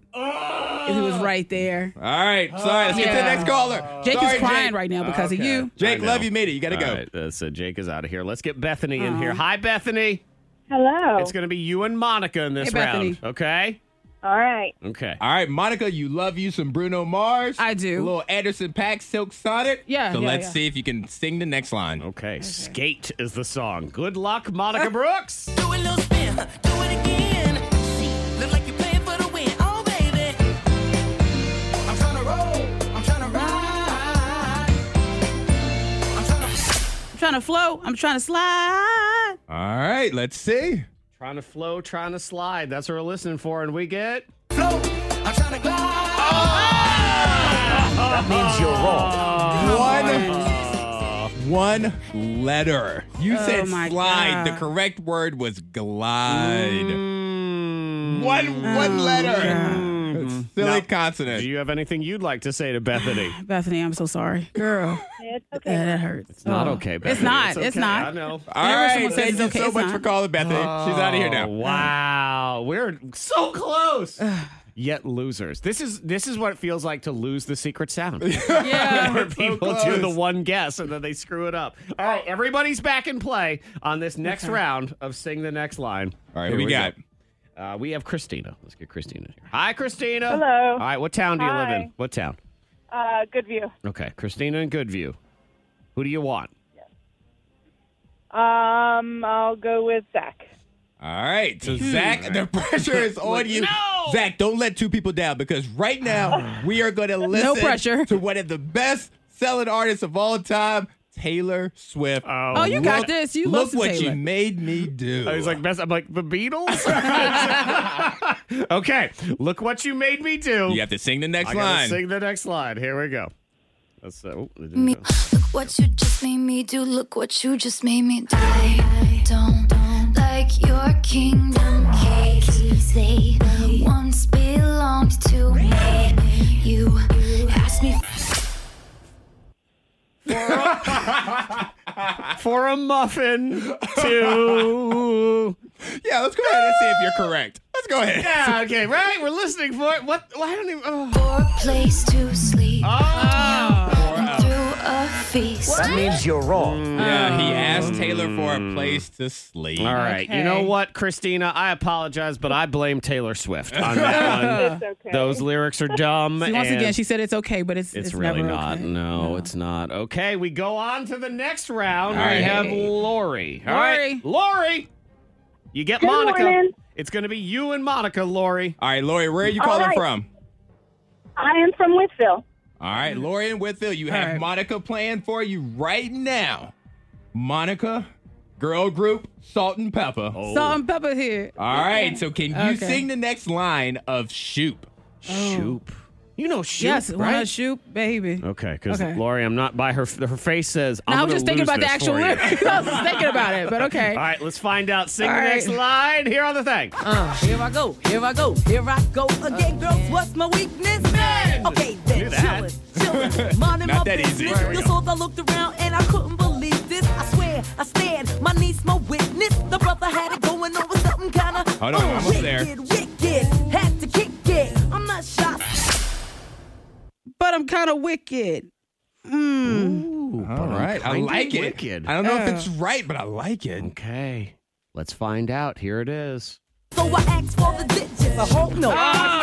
[SPEAKER 3] Oh.
[SPEAKER 4] was right there.
[SPEAKER 5] All right. Sorry. Let's get to the
[SPEAKER 4] Yeah.
[SPEAKER 5] next caller.
[SPEAKER 4] Jake
[SPEAKER 5] Sorry,
[SPEAKER 4] is crying right now because
[SPEAKER 3] Okay.
[SPEAKER 4] of you.
[SPEAKER 5] Jake,
[SPEAKER 3] I know.
[SPEAKER 5] love you. Made it. You got to
[SPEAKER 3] All
[SPEAKER 5] go.
[SPEAKER 3] right, uh, so Jake is out of here. Let's get Bethany in
[SPEAKER 4] Oh.
[SPEAKER 3] here. Hi, Bethany.
[SPEAKER 7] Hello.
[SPEAKER 3] It's going to be you and Monica in this
[SPEAKER 4] Hey, Bethany.
[SPEAKER 3] round. Okay.
[SPEAKER 7] All right.
[SPEAKER 3] Okay.
[SPEAKER 5] All right, Monica, you love you some Bruno Mars.
[SPEAKER 4] I do.
[SPEAKER 5] A little Anderson Pack Silk Sonic.
[SPEAKER 4] Yeah,
[SPEAKER 5] So
[SPEAKER 4] yeah,
[SPEAKER 5] let's
[SPEAKER 4] yeah.
[SPEAKER 5] see if you can sing the next line.
[SPEAKER 3] Okay. Skate is the song. Good luck, Monica Brooks.
[SPEAKER 10] Do a little spin, do it again. Look like you're playing for the win. Oh, baby. I'm trying to roll, I'm trying to ride. I'm trying to.
[SPEAKER 4] I'm trying to float. I'm trying to slide.
[SPEAKER 5] All right, let's see.
[SPEAKER 3] Trying to flow, trying to slide. That's what we're listening for, and we get.
[SPEAKER 10] float. I'm trying to glide.
[SPEAKER 11] That means you're wrong.
[SPEAKER 5] One, one letter. You said
[SPEAKER 4] Oh my
[SPEAKER 5] slide.
[SPEAKER 4] God. Mm.
[SPEAKER 5] The correct word was glide. One,
[SPEAKER 4] Oh
[SPEAKER 5] one letter. It's
[SPEAKER 3] Now,
[SPEAKER 5] Silly consonant.
[SPEAKER 3] Do you have anything you'd like to say to Bethany?
[SPEAKER 4] Bethany, I'm so sorry. Girl,
[SPEAKER 7] It's okay.
[SPEAKER 4] yeah, that hurts. Uh, It's
[SPEAKER 3] Not okay, Bethany.
[SPEAKER 4] It's not. It's,
[SPEAKER 3] okay.
[SPEAKER 4] not.
[SPEAKER 3] I know.
[SPEAKER 5] All
[SPEAKER 4] Whenever
[SPEAKER 5] right,
[SPEAKER 4] someone says
[SPEAKER 5] thank
[SPEAKER 4] it's
[SPEAKER 5] you
[SPEAKER 4] okay,
[SPEAKER 5] so
[SPEAKER 4] it's
[SPEAKER 5] much
[SPEAKER 4] not.
[SPEAKER 5] for calling, Bethany. She's out of here now.
[SPEAKER 3] Oh, Wow, we're so close. Yet losers. This is this is what it feels like to lose the secret sound.
[SPEAKER 4] Yeah.
[SPEAKER 3] Where people do the one guess and then they screw it up. All right, everybody's back in play on this next round of sing the next line.
[SPEAKER 5] All right,
[SPEAKER 3] Here
[SPEAKER 5] who we got?
[SPEAKER 3] go. Uh, we have Christina. Let's get Christina here. Hi, Christina.
[SPEAKER 7] Hello.
[SPEAKER 3] All right, what town do you live in?
[SPEAKER 7] Hi.
[SPEAKER 3] What town?
[SPEAKER 7] Uh, good view.
[SPEAKER 3] Okay, Christina and Goodview. Who do you want?
[SPEAKER 7] Um, I'll go with Zach.
[SPEAKER 5] All right, so Zach, the pressure is on you. Zach, don't let two people down because right now we are going to listen
[SPEAKER 4] pressure.
[SPEAKER 5] to one of the best selling artists of all time, Taylor Swift.
[SPEAKER 4] Oh, you got this. You
[SPEAKER 5] Look
[SPEAKER 4] love to
[SPEAKER 5] what
[SPEAKER 4] Taylor.
[SPEAKER 5] you made me do.
[SPEAKER 3] I was Oh, like, best. I'm like, the Beatles? okay, look what you made me do.
[SPEAKER 5] you have to sing the next
[SPEAKER 3] I
[SPEAKER 5] line.
[SPEAKER 3] gotta sing the next line. Here we go. That's uh, oh, it didn't go.
[SPEAKER 2] What you just made me do, look what you just made me do. I don't like your kingdom keys. They once belonged to me. You asked me.
[SPEAKER 3] for a muffin to.
[SPEAKER 5] yeah, let's go ahead and see if you're correct. Let's go ahead.
[SPEAKER 3] yeah, okay, right. We're listening for it. What? Well, I don't even. Oh.
[SPEAKER 2] for a place to sleep
[SPEAKER 3] Ah.
[SPEAKER 2] and
[SPEAKER 5] Wow.
[SPEAKER 2] through a feast.
[SPEAKER 11] That means you're wrong.
[SPEAKER 5] Yeah, he asked Taylor for a place to sleep.
[SPEAKER 3] Mm. All right, you
[SPEAKER 4] Okay.
[SPEAKER 3] know what, Christina? I apologize, but I blame Taylor Swift on that one.
[SPEAKER 7] It's okay.
[SPEAKER 3] Those lyrics are dumb.
[SPEAKER 4] See, once
[SPEAKER 3] and
[SPEAKER 4] again, she said it's okay, but it's
[SPEAKER 3] It's,
[SPEAKER 4] it's,
[SPEAKER 3] really
[SPEAKER 4] never
[SPEAKER 3] not.
[SPEAKER 4] okay.
[SPEAKER 3] No, it's not. Okay, we go on to the next round.
[SPEAKER 5] All
[SPEAKER 3] We
[SPEAKER 5] right.
[SPEAKER 3] have Lori. All right, Lori, you get
[SPEAKER 7] Good
[SPEAKER 3] Monica.
[SPEAKER 7] morning.
[SPEAKER 3] It's going to be you and Monica, Lori.
[SPEAKER 5] All right, Lori, where are you
[SPEAKER 7] All
[SPEAKER 5] calling
[SPEAKER 7] right.
[SPEAKER 5] from?
[SPEAKER 7] I am from Whitville.
[SPEAKER 5] All right, Lori and Whitfield, you have
[SPEAKER 4] Mm. right.
[SPEAKER 5] Monica playing for you right now. Monica, girl group, salt and pepper.
[SPEAKER 3] Oh.
[SPEAKER 4] Salt and pepper here.
[SPEAKER 5] All right, so can you
[SPEAKER 4] Okay.
[SPEAKER 5] sing the next line of Shoop?
[SPEAKER 3] Shoop. You know Shoop,
[SPEAKER 4] yes, wanna
[SPEAKER 3] right?
[SPEAKER 4] shoot, baby.
[SPEAKER 3] Okay, because
[SPEAKER 4] Okay.
[SPEAKER 3] Lori, I'm not by her. Her face says. I'm
[SPEAKER 4] Now I'm
[SPEAKER 3] gonna
[SPEAKER 4] just thinking
[SPEAKER 3] lose
[SPEAKER 4] about the
[SPEAKER 3] this
[SPEAKER 4] actual
[SPEAKER 3] for you."
[SPEAKER 4] lyrics. I was thinking about it, but okay. Um,
[SPEAKER 3] All right, let's find out. Sing
[SPEAKER 4] All
[SPEAKER 3] the
[SPEAKER 4] right.
[SPEAKER 3] next line here on the thing.
[SPEAKER 10] Here I go, here I go, here I go again, girls. What's my weakness? Man. Okay,
[SPEAKER 3] Knew
[SPEAKER 10] then
[SPEAKER 3] that.
[SPEAKER 10] chillin', chillin', minding my
[SPEAKER 5] Not that easy.
[SPEAKER 10] business.
[SPEAKER 5] There we
[SPEAKER 10] Just
[SPEAKER 5] go.
[SPEAKER 10] all I looked around and I couldn't believe this. I swear, I stared. My niece, my witness. The brother had it going on with something kinda.
[SPEAKER 5] Hold on,
[SPEAKER 10] uh,
[SPEAKER 5] I'm almost there.
[SPEAKER 10] Wicked, wicked, had to kick it. I'm not shocked.
[SPEAKER 4] But I'm kind of wicked.
[SPEAKER 5] All right, I like it. I don't know if it's right, but I like it.
[SPEAKER 3] Okay, let's find out. Here it is.
[SPEAKER 10] So I asked for the digits. I hope no.
[SPEAKER 4] Ah!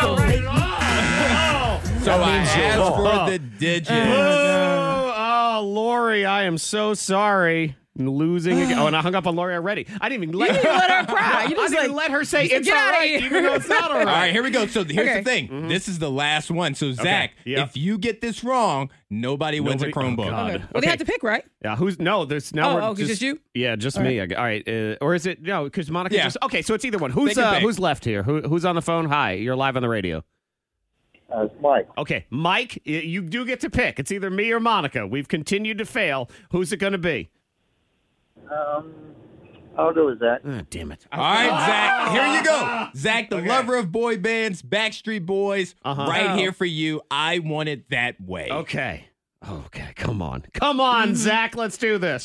[SPEAKER 10] I still make me
[SPEAKER 3] Oh,
[SPEAKER 5] So I asked
[SPEAKER 3] wrong.
[SPEAKER 5] for the digits.
[SPEAKER 3] Oh, oh, Lori, I am so sorry. and losing. again. Oh, and I hung up on Lori already. I didn't even let,
[SPEAKER 5] You didn't let her cry.
[SPEAKER 3] I
[SPEAKER 5] You
[SPEAKER 3] didn't
[SPEAKER 5] just,
[SPEAKER 3] even
[SPEAKER 5] like,
[SPEAKER 3] let her say
[SPEAKER 5] you said,
[SPEAKER 3] it's
[SPEAKER 5] "Get
[SPEAKER 3] all
[SPEAKER 5] outta
[SPEAKER 3] right,
[SPEAKER 5] here."
[SPEAKER 3] even though it's not all right.
[SPEAKER 5] All right, here we go. So here's
[SPEAKER 3] Okay.
[SPEAKER 5] the thing. This is the last one. So Zach, if you get this wrong, nobody, wins a
[SPEAKER 3] Nobody- oh,
[SPEAKER 5] Chromebook.
[SPEAKER 3] God. Okay.
[SPEAKER 4] Well, they have to pick, right?
[SPEAKER 3] Yeah, who's no? There's now.
[SPEAKER 4] Oh,
[SPEAKER 3] we're
[SPEAKER 4] oh, 'cause it's you?
[SPEAKER 3] Yeah, just
[SPEAKER 4] All
[SPEAKER 3] me. I gu- All right, uh, or is it no? Because Monica
[SPEAKER 4] Yeah.
[SPEAKER 3] just okay. So it's either one.
[SPEAKER 4] They
[SPEAKER 3] Who's
[SPEAKER 4] can
[SPEAKER 3] uh,
[SPEAKER 4] pick.
[SPEAKER 3] who's left here? Who who's on the phone? Hi, you're live on the radio.
[SPEAKER 12] Uh, it's Mike.
[SPEAKER 3] Okay, Mike, y- you do get to pick. It's either me or Monica. We've continued to fail. Who's it going to be?
[SPEAKER 12] Um, I'll go with Zach.
[SPEAKER 3] Ah, damn it.
[SPEAKER 5] All right, Zach. Here you go. Zach, the lover of boy bands, Backstreet Boys,
[SPEAKER 4] Uh-huh.
[SPEAKER 5] right
[SPEAKER 3] Oh.
[SPEAKER 5] here for you. I want it that way.
[SPEAKER 3] Okay. Okay, come on. Come on, Zach. Let's do this.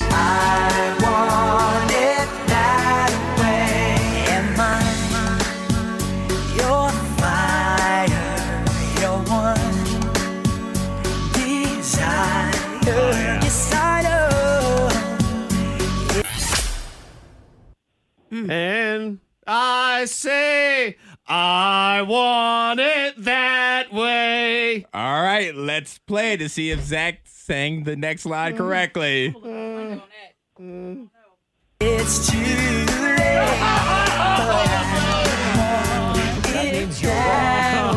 [SPEAKER 10] You're fire, you're one desire,
[SPEAKER 3] Oh, And I say, I want it that way.
[SPEAKER 5] All right, let's play to see if Zach sang the next line correctly.
[SPEAKER 10] It's too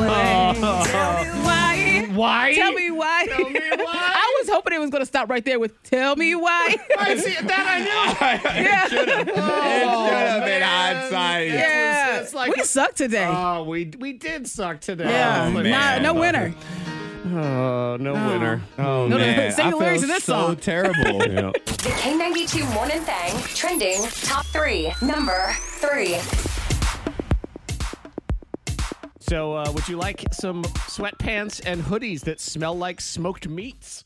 [SPEAKER 10] late.
[SPEAKER 4] Why?
[SPEAKER 3] Why?
[SPEAKER 4] Tell me why. Tell me why. I was hoping it was going to stop right there with "Tell me why."
[SPEAKER 3] I see that
[SPEAKER 4] Yeah.
[SPEAKER 5] have been hindsight.
[SPEAKER 4] Yeah. we suck today.
[SPEAKER 3] Oh, we we did suck today.
[SPEAKER 4] Yeah.
[SPEAKER 3] Oh,
[SPEAKER 4] Not-
[SPEAKER 3] man.
[SPEAKER 4] no winner.
[SPEAKER 3] Oh, no winner. Oh,
[SPEAKER 4] No, no, man. sing the lyrics to this song.
[SPEAKER 5] terrible.
[SPEAKER 8] The K92 Morning Thang trending top three. Number three.
[SPEAKER 3] So, uh, would you like some sweatpants and hoodies that smell like smoked meats?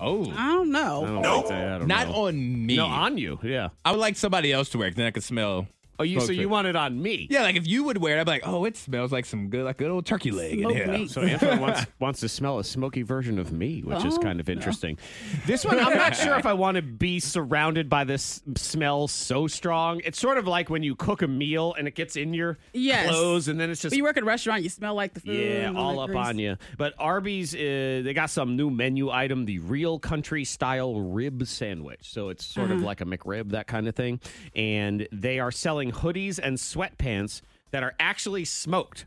[SPEAKER 5] Oh.
[SPEAKER 4] I don't know.
[SPEAKER 5] Not on me.
[SPEAKER 3] No, on you. Yeah.
[SPEAKER 5] I would like somebody else to wear it, 'cause then I could smell.
[SPEAKER 3] Oh, you.
[SPEAKER 5] smoked
[SPEAKER 3] So you
[SPEAKER 5] turkey.
[SPEAKER 3] want it on me?
[SPEAKER 5] Yeah, like if you would wear it, I'd be like, oh, it smells like some good, like good old turkey leg in
[SPEAKER 3] Smoked
[SPEAKER 5] here.
[SPEAKER 3] meat. So Antoine wants wants to smell a smoky version of me, which is
[SPEAKER 5] Oh,
[SPEAKER 3] kind of interesting. This one, I'm not sure if I want to be surrounded by this smell so strong. It's sort of like when you cook a meal and it gets in your
[SPEAKER 4] Yes.
[SPEAKER 3] clothes, and then it's just
[SPEAKER 4] When you work at a restaurant, you smell like the food.
[SPEAKER 3] Yeah,
[SPEAKER 4] and
[SPEAKER 3] all
[SPEAKER 4] like
[SPEAKER 3] up
[SPEAKER 4] grease.
[SPEAKER 3] on you. But Arby's, uh, they got some new menu item, the real country style rib sandwich. So it's sort of like a McRib, that kind of thing. And they are selling hoodies and sweatpants that are actually smoked.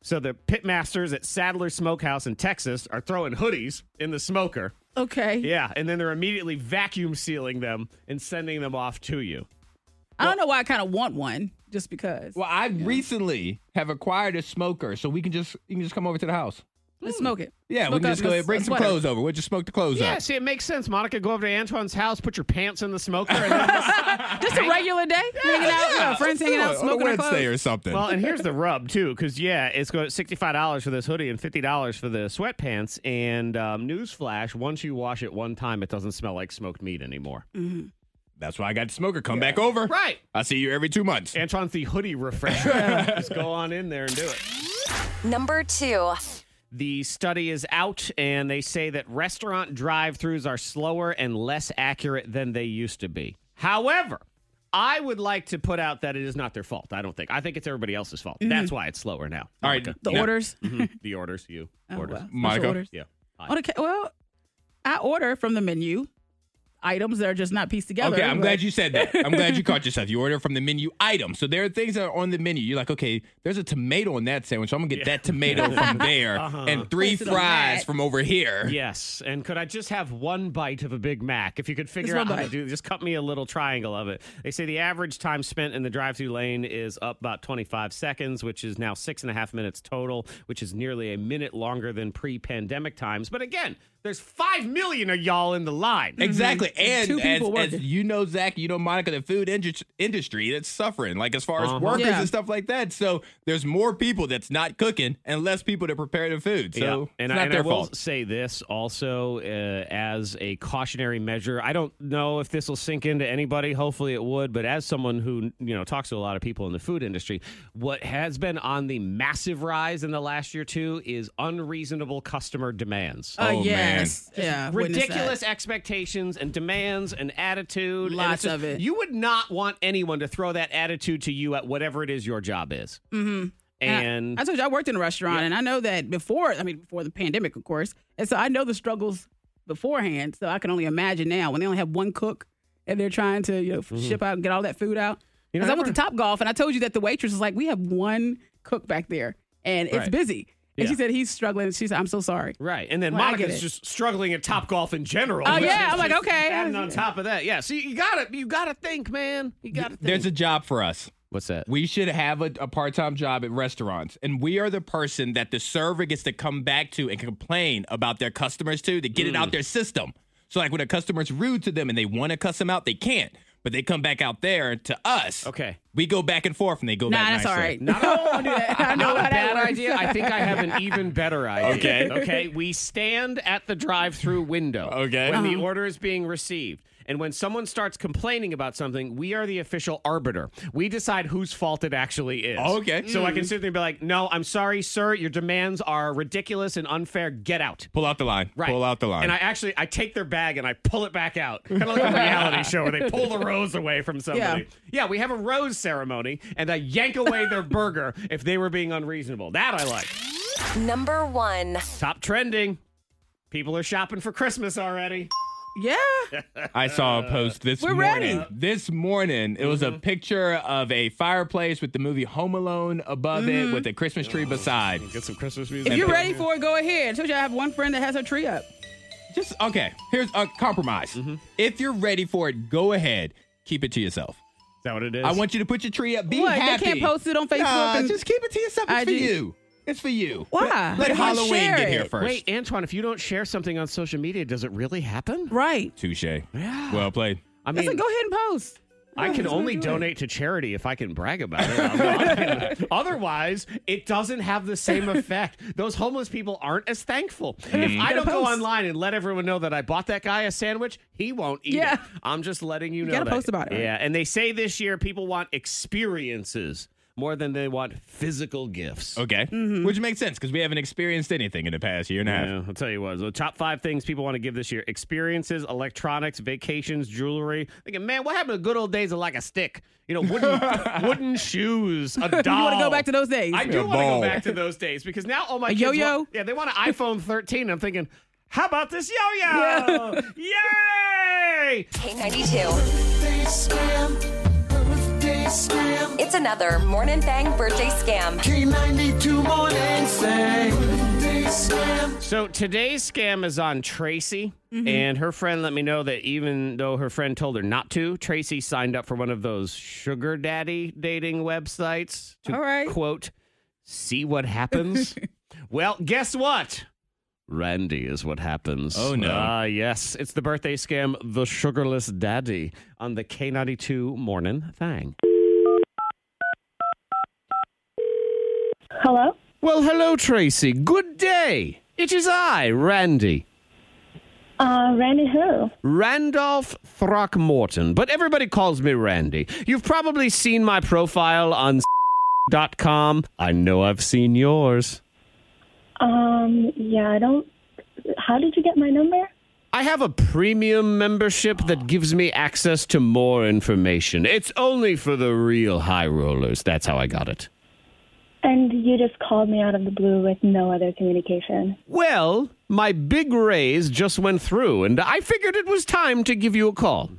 [SPEAKER 3] So the pitmasters at Sadler Smokehouse in Texas are throwing hoodies in the smoker.
[SPEAKER 4] Okay.
[SPEAKER 3] Yeah, and then they're immediately vacuum sealing them and sending them off to you.
[SPEAKER 4] I don't know why I kind of want one just because.
[SPEAKER 5] Well, I recently have acquired a smoker, so we can just you can just come over to the house.
[SPEAKER 4] Let's smoke it.
[SPEAKER 5] hmm. Yeah,
[SPEAKER 4] Smoke
[SPEAKER 5] we can
[SPEAKER 4] up
[SPEAKER 5] just go
[SPEAKER 4] a-
[SPEAKER 5] ahead,
[SPEAKER 4] a
[SPEAKER 5] bring some
[SPEAKER 4] sweater.
[SPEAKER 5] clothes over. We'll just smoke the clothes
[SPEAKER 3] Yeah,
[SPEAKER 5] up.
[SPEAKER 3] see, it makes sense. Monica, go over to Antoine's house, put your pants in the smoker, and then
[SPEAKER 4] Just a regular day, hanging out,
[SPEAKER 5] yeah,
[SPEAKER 4] uh, friends hanging out,
[SPEAKER 5] let's do it. On a
[SPEAKER 4] smoking our
[SPEAKER 5] Wednesday
[SPEAKER 4] clothes.
[SPEAKER 5] or something.
[SPEAKER 3] Well, and here's the rub too, because yeah, it's going sixty-five dollars for this hoodie and fifty dollars for the sweatpants. And um, newsflash: once you wash it one time, it doesn't smell like smoked meat anymore.
[SPEAKER 5] That's why I got the smoker. Come back over.
[SPEAKER 3] Right.
[SPEAKER 5] I see you every two months.
[SPEAKER 3] Antoine's the hoodie refresher. Just go on in there and do it.
[SPEAKER 8] Number two.
[SPEAKER 3] The study is out, and they say that restaurant drive-throughs are slower and less accurate than they used to be. However. I would like to put out that it is not their fault. I don't think. I think it's everybody else's fault. That's why it's slower now.
[SPEAKER 5] All right,
[SPEAKER 4] The
[SPEAKER 3] now-
[SPEAKER 4] orders.
[SPEAKER 3] Mhm. The orders. You.
[SPEAKER 4] Oh,
[SPEAKER 3] orders.
[SPEAKER 4] well, special Monica? orders.
[SPEAKER 3] Yeah.
[SPEAKER 4] On a ca- well, I order from the menu items that are just not pieced together.
[SPEAKER 5] Okay, I'm
[SPEAKER 4] but-
[SPEAKER 5] glad you said that. I'm glad you caught yourself. You order from the menu item. So there are things that are on the menu. You're like, okay, there's a tomato on that sandwich. So I'm going to get that tomato from there
[SPEAKER 3] Uh-huh.
[SPEAKER 5] and three
[SPEAKER 3] Place it on
[SPEAKER 5] fries
[SPEAKER 3] that.
[SPEAKER 5] from over here.
[SPEAKER 3] Yes. And could I just have one bite of a Big Mac? If you could figure out
[SPEAKER 4] one
[SPEAKER 3] how to
[SPEAKER 4] bite.
[SPEAKER 3] do just cut me a little triangle of it. They say the average time spent in the drive through lane is up about 25 seconds, which is now six and a half minutes total, which is nearly a minute longer than pre pandemic times. But again, there's five million of y'all in the line.
[SPEAKER 4] Mm-hmm.
[SPEAKER 5] Exactly. And as, as you know, Zach, you know, Monica, the food indu- industry that's suffering, like as far as
[SPEAKER 3] Uh-huh.
[SPEAKER 5] workers
[SPEAKER 3] Yeah.
[SPEAKER 5] and stuff like that. So there's more people that's not cooking and less people that prepare the food. So
[SPEAKER 3] Yeah.
[SPEAKER 5] it's
[SPEAKER 3] and,
[SPEAKER 5] not
[SPEAKER 3] I, and
[SPEAKER 5] their
[SPEAKER 3] I will
[SPEAKER 5] fault.
[SPEAKER 3] say this also uh, as a cautionary measure. I don't know if this will sink into anybody. Hopefully, it would. But as someone who you know talks to a lot of people in the food industry, what has been on the massive rise in the last year too is unreasonable customer demands.
[SPEAKER 5] Oh,
[SPEAKER 4] Uh, yes. Yeah. I've witnessed Uh, that.
[SPEAKER 3] ridiculous expectations and demands and attitude. and
[SPEAKER 4] Lots
[SPEAKER 3] it's just-
[SPEAKER 4] of it.
[SPEAKER 3] You would not want anyone to throw that attitude to you at whatever it is your job is.
[SPEAKER 4] Mm-hmm.
[SPEAKER 3] And
[SPEAKER 4] I, told you I worked in a restaurant, and I know that before. I mean, before the pandemic, of course, and so I know the struggles beforehand. So I can only imagine now when they only have one cook and they're trying to you know, ship out and get all that food out.
[SPEAKER 3] Mm-hmm. You know,
[SPEAKER 4] Because
[SPEAKER 3] I
[SPEAKER 4] I went to Top Golf and I told you that the waitress was like, we have one cook back there and it's
[SPEAKER 3] Right.
[SPEAKER 4] busy. And
[SPEAKER 3] Yeah.
[SPEAKER 4] she said, he's struggling. And she said, I'm so sorry.
[SPEAKER 3] Right. And then
[SPEAKER 4] Well, I get
[SPEAKER 3] Monica's
[SPEAKER 4] it.
[SPEAKER 3] just struggling at top golf in general.
[SPEAKER 4] Oh,
[SPEAKER 3] which
[SPEAKER 4] yeah.
[SPEAKER 3] is
[SPEAKER 4] I'm like,
[SPEAKER 3] just
[SPEAKER 4] okay.
[SPEAKER 3] Adding on top of that. Yeah. See, you gotta you gotta think, man. You gotta think.
[SPEAKER 5] There's a job for us.
[SPEAKER 3] What's that?
[SPEAKER 5] We should have a, a part time job at restaurants. And we are the person that the server gets to come back to and complain about their customers to to get it
[SPEAKER 3] Mm.
[SPEAKER 5] out their system. So, like when a customer's rude to them and they want to cuss them out, they can't. But they come back out there to us.
[SPEAKER 3] Okay.
[SPEAKER 5] We go back and forth and they go
[SPEAKER 4] Nah,
[SPEAKER 5] back
[SPEAKER 4] that's
[SPEAKER 5] nicely.
[SPEAKER 4] all right.
[SPEAKER 3] Not
[SPEAKER 4] Don't do that. I know
[SPEAKER 3] Not
[SPEAKER 4] how
[SPEAKER 3] a
[SPEAKER 4] that
[SPEAKER 3] bad
[SPEAKER 4] works.
[SPEAKER 3] idea. I think I have an even better idea.
[SPEAKER 5] Okay.
[SPEAKER 3] Okay. We stand at the drive-through window.
[SPEAKER 5] Okay.
[SPEAKER 3] When the
[SPEAKER 5] Uh-huh.
[SPEAKER 3] order is being received. And when someone starts complaining about something, we are the official arbiter. We decide whose fault it actually is.
[SPEAKER 5] Okay.
[SPEAKER 3] So
[SPEAKER 4] Mm.
[SPEAKER 3] I can sit there and be like, no, I'm sorry, sir. Your demands are ridiculous and unfair. Get out.
[SPEAKER 5] Pull out the line.
[SPEAKER 3] Right.
[SPEAKER 5] Pull out the line.
[SPEAKER 3] And I actually I take their bag and I pull it back out. Kind of like a reality show where they pull the rose away from somebody. Yeah. we have a rose ceremony and I yank away their burger if they were being unreasonable. That I like.
[SPEAKER 8] Number one.
[SPEAKER 3] Top trending. People are shopping for Christmas already.
[SPEAKER 4] Yeah.
[SPEAKER 5] I saw a
[SPEAKER 4] uh,
[SPEAKER 5] post this
[SPEAKER 3] We're
[SPEAKER 5] morning.
[SPEAKER 3] ready.
[SPEAKER 5] This morning, it
[SPEAKER 4] Mm-hmm.
[SPEAKER 5] was a picture of a fireplace with the movie Home Alone above
[SPEAKER 4] Mm-hmm.
[SPEAKER 5] it with a Christmas
[SPEAKER 4] Oh,
[SPEAKER 5] tree beside.
[SPEAKER 3] Get some Christmas
[SPEAKER 4] If you're ready for it, go ahead. I told you I have one friend that has her tree up.
[SPEAKER 5] Just okay. Here's a compromise.
[SPEAKER 4] Mm-hmm.
[SPEAKER 5] If you're ready for it, go ahead. Keep it to yourself. Is
[SPEAKER 3] that what it is?
[SPEAKER 5] I want you to put your tree up. Be
[SPEAKER 4] What, they
[SPEAKER 5] happy.
[SPEAKER 4] can't post it on Facebook
[SPEAKER 5] Nah,
[SPEAKER 4] and
[SPEAKER 5] just keep it to yourself. It's for
[SPEAKER 4] IG?
[SPEAKER 5] you. It's for you.
[SPEAKER 4] Why?
[SPEAKER 5] Let
[SPEAKER 4] They wanna
[SPEAKER 5] Halloween
[SPEAKER 4] share
[SPEAKER 5] get here
[SPEAKER 4] it.
[SPEAKER 5] first.
[SPEAKER 3] Wait, Antoine, if you don't share something on social media, does it really happen?
[SPEAKER 4] Right.
[SPEAKER 5] Touche. Well played.
[SPEAKER 3] I
[SPEAKER 4] I
[SPEAKER 3] mean,
[SPEAKER 4] said, go ahead and post.
[SPEAKER 3] I
[SPEAKER 4] Yeah,
[SPEAKER 3] can
[SPEAKER 4] that's what
[SPEAKER 3] only
[SPEAKER 4] I'm doing.
[SPEAKER 3] donate to charity if I can brag about it. Otherwise, it doesn't have the same effect. Those homeless people aren't as thankful. If I
[SPEAKER 4] Mm-hmm. gotta
[SPEAKER 3] don't go
[SPEAKER 4] post.
[SPEAKER 3] online and let everyone know that I bought that guy a sandwich, he won't eat
[SPEAKER 4] Yeah.
[SPEAKER 3] it. I'm just letting you know.
[SPEAKER 4] gotta
[SPEAKER 3] that.
[SPEAKER 4] post about it, right?
[SPEAKER 3] Yeah, and they say this year people want experiences more than they want physical gifts.
[SPEAKER 5] Okay.
[SPEAKER 4] Mm-hmm.
[SPEAKER 5] Which makes sense because we haven't experienced anything in the past year and a half.
[SPEAKER 3] Yeah, I'll tell you what. The top five things people want to give this year: experiences, electronics, vacations, jewelry. Thinking, man, what happened to good old days of like a stick? You know, wooden wooden shoes, a doll.
[SPEAKER 4] You want to go back to those days?
[SPEAKER 3] I do
[SPEAKER 5] A
[SPEAKER 3] want to go
[SPEAKER 5] ball.
[SPEAKER 3] back to those days because now all my
[SPEAKER 4] A
[SPEAKER 3] kids
[SPEAKER 4] yo-yo?
[SPEAKER 3] want- yeah, they want an iPhone 13. I'm thinking, how about this yo-yo?
[SPEAKER 4] Yeah.
[SPEAKER 3] Yay!
[SPEAKER 8] K92. It's another Morning Thang birthday scam.
[SPEAKER 10] K92 Morning
[SPEAKER 3] So today's scam is on Tracy, and her friend let me know that even though her friend told her not to, Tracy signed up for one of those sugar daddy dating websites to
[SPEAKER 4] All right.
[SPEAKER 3] quote, see what happens. well, guess what? Randy is what happens.
[SPEAKER 5] Oh, no.
[SPEAKER 3] Ah, yes. It's the birthday scam, The Sugarless Daddy, on the K92 Morning Thang.
[SPEAKER 7] Hello?
[SPEAKER 3] Well, hello, Tracy. Good day. It is I, Randy.
[SPEAKER 7] Uh, Randy who?
[SPEAKER 3] Randolph Throckmorton, but everybody calls me Randy. You've probably seen my profile on dot com. I know I've seen yours.
[SPEAKER 7] Um, yeah, I don't. How did you get my number?
[SPEAKER 3] I have a premium membership that gives me access to more information. It's only for the real high rollers. That's how I got it.
[SPEAKER 7] And you just called me out of the blue with no other communication.
[SPEAKER 3] Well, my big raise just went through, and I figured it was time to give you a call.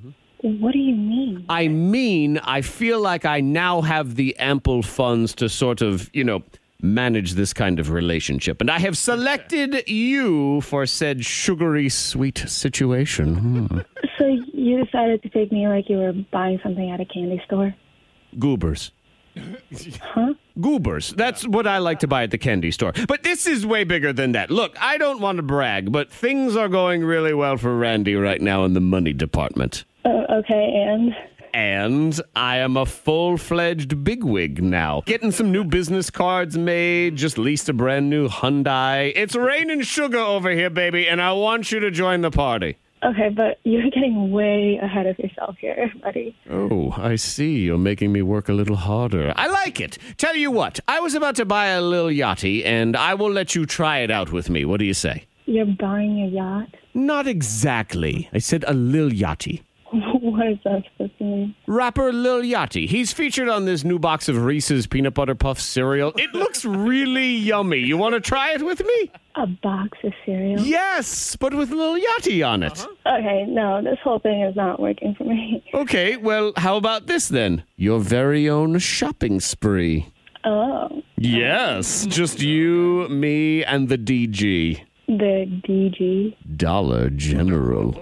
[SPEAKER 7] What do you mean?
[SPEAKER 3] I mean, I feel like I now have the ample funds to sort of, you know, manage this kind of relationship. And I have selected you for said sugary sweet situation. Hmm.
[SPEAKER 7] So you decided to take me like you were buying something at a candy store?
[SPEAKER 3] Goobers.
[SPEAKER 7] Huh?
[SPEAKER 3] Goobers. That's what I like to buy at the candy store. But this is way bigger than that. Look, I don't want to brag, but things are going really well for Randy right now in the money department.
[SPEAKER 7] Uh, okay, and?
[SPEAKER 3] And I am a full fledged bigwig now. Getting some new business cards made, just leased a brand new Hyundai. It's raining sugar over here, baby, and I want you to join the party.
[SPEAKER 7] Okay, but you're getting way ahead of yourself here, buddy.
[SPEAKER 3] Oh, I see. You're making me work a little harder. I like it. Tell you what, I was about to buy a little yachty, and I will let you try it out with me. What do you say?
[SPEAKER 7] You're buying a yacht?
[SPEAKER 3] Not exactly. I said a lil yachty.
[SPEAKER 7] what is that supposed to mean?
[SPEAKER 3] Rapper Lil Yachty. He's featured on this new box of Reese's peanut butter puff cereal. It looks really yummy. You want to try it with me?
[SPEAKER 7] A box of cereal.
[SPEAKER 3] Yes, but with a little yachty on it.
[SPEAKER 7] Uh-huh. Okay, no, this whole thing is not working for me.
[SPEAKER 3] Okay, well, how about this then? Your very own shopping spree.
[SPEAKER 7] Oh,
[SPEAKER 3] Yes, just you, me, and the DG.
[SPEAKER 7] the DG.
[SPEAKER 3] Dollar General.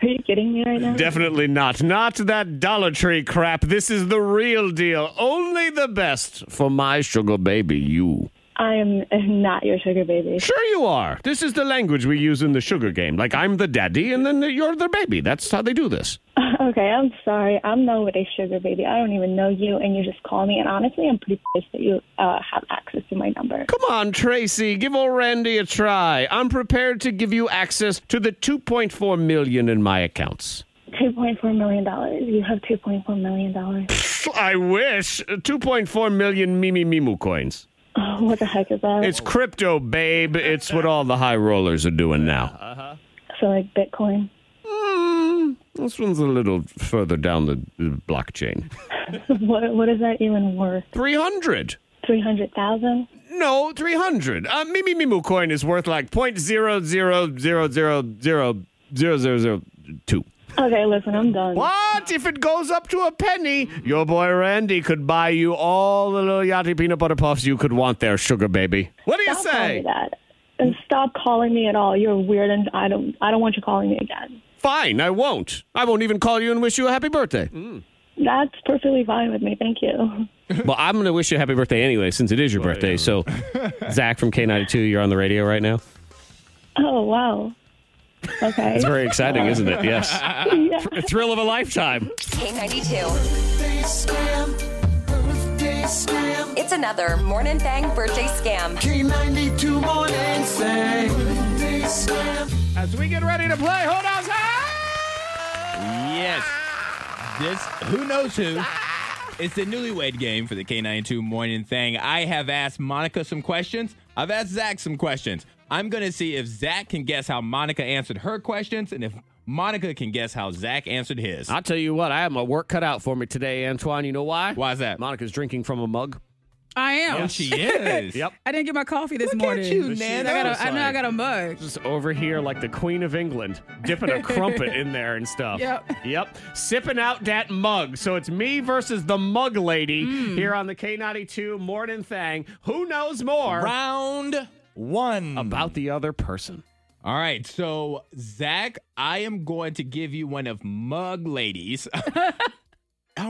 [SPEAKER 7] Are you kidding me right now?
[SPEAKER 3] Definitely not. Not that Dollar Tree crap. This is the real deal. Only the best for my sugar baby, you.
[SPEAKER 7] I am not your sugar baby.
[SPEAKER 3] Sure, you are. This is the language we use in the sugar game. Like, I'm the daddy, and then you're the baby. That's how they do this.
[SPEAKER 7] Okay, I'm sorry. I'm nobody's sugar baby. I don't even know you, and you just call me. And honestly, I'm pretty pissed that you uh, have access to my number.
[SPEAKER 3] Come on, Tracy, give old Randy a try. I'm prepared to give you access to the 2.4 million in my accounts.
[SPEAKER 7] $2.4 million. You have $2.4 million.
[SPEAKER 3] I wish. 2.4 million Mimi Mimu coins.
[SPEAKER 7] Oh, what the heck is that?
[SPEAKER 3] It's crypto, babe. It's what all the high rollers are doing now.
[SPEAKER 7] so, like Bitcoin.
[SPEAKER 3] Mm, this one's a little further down the uh, blockchain.
[SPEAKER 7] what, what is that even worth?
[SPEAKER 3] 300.
[SPEAKER 7] 300000
[SPEAKER 3] No, 300. Uh, Mimi Mimu coin is worth like point zero zero zero zero zero zero zero zero two.
[SPEAKER 7] Okay, listen, I'm done.
[SPEAKER 3] What? If it goes up to a penny, your boy Randy could buy you all the little Yachty peanut butter puffs you could want there, sugar baby. What do you
[SPEAKER 7] Stop calling me
[SPEAKER 3] say?
[SPEAKER 7] that. And stop calling me at all. You're weird, and I don't, I don't want you calling me again.
[SPEAKER 3] Fine, I won't. I won't even call you and wish you a happy birthday.
[SPEAKER 7] Mm-hmm. That's perfectly fine with me. Thank you.
[SPEAKER 3] well, I'm going to wish you a happy birthday anyway, since it is your birthday. So, Zach from K92, you're on the radio right now.
[SPEAKER 7] Oh, wow. Okay.
[SPEAKER 3] It's very exciting, isn't it? Yes. Thr- Thrill of a lifetime.
[SPEAKER 8] K92. It's another Morning Thang birthday scam. K92 Morning
[SPEAKER 3] As we get ready to play, hold on.
[SPEAKER 5] Yes. This who knows who. It's the newlywed game for the K92 morning thing. I have asked Monica some questions. I've asked Zach some questions. I'm gonna see if Zach can guess how Monica answered her questions and if Monica can guess how Zach answered his.
[SPEAKER 3] I'll tell you what, I have my work cut out for me today, Antoine. You know why? Why
[SPEAKER 5] is that?
[SPEAKER 3] Monica's drinking from a mug.
[SPEAKER 4] I am.
[SPEAKER 5] Oh, she is.
[SPEAKER 3] Yep.
[SPEAKER 4] I didn't get my coffee this morning.
[SPEAKER 5] you,
[SPEAKER 4] I,
[SPEAKER 5] Nana.
[SPEAKER 4] got a, I know I
[SPEAKER 3] Sorry.
[SPEAKER 4] got a mug.
[SPEAKER 3] Just over here like the Queen of England, dipping a crumpet in there and stuff.
[SPEAKER 4] Yep.
[SPEAKER 3] Yep. Sipping out that mug. So it's me versus the mug lady
[SPEAKER 4] Hmm.
[SPEAKER 3] here on the K92 Morning Thang. Who knows more
[SPEAKER 5] Round one.
[SPEAKER 3] about the other person?
[SPEAKER 5] All right, so Zach, I am going to give you one of Mug Ladies. oh,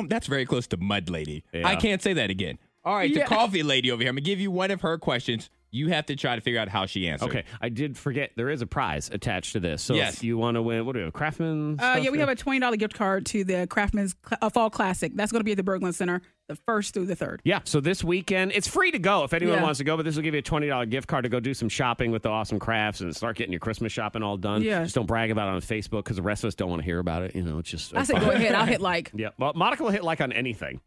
[SPEAKER 5] that's very close to Mud Lady. I
[SPEAKER 3] Yeah.
[SPEAKER 5] can't say that again. All right,
[SPEAKER 4] Yeah.
[SPEAKER 5] the Coffee Lady over here. I'm gonna give you one of her questions. You have to try to figure out how she answered.
[SPEAKER 3] Okay, I did forget there is a prize attached to this. So
[SPEAKER 5] Yes.
[SPEAKER 3] if you want to win, what do we have? Craftsman?
[SPEAKER 4] Uh,
[SPEAKER 3] stuff
[SPEAKER 4] yeah, we
[SPEAKER 3] here?
[SPEAKER 4] have a twenty dollar gift card to the Craftsman's Cl- uh, Fall Classic. That's going to be at the Berglund Center, the first through the third.
[SPEAKER 3] Yeah, so this weekend, it's free to go if anyone
[SPEAKER 4] Yeah.
[SPEAKER 3] wants to go, but this will give you a $20 gift card to go do some shopping with the awesome crafts and start getting your Christmas shopping all done.
[SPEAKER 4] Yeah.
[SPEAKER 3] Just don't brag about it on Facebook because the rest of us don't want to hear about it. You know, it's just. uh,
[SPEAKER 4] I said go ahead. I'll hit like.
[SPEAKER 3] Yeah, well, Monica will hit like on anything.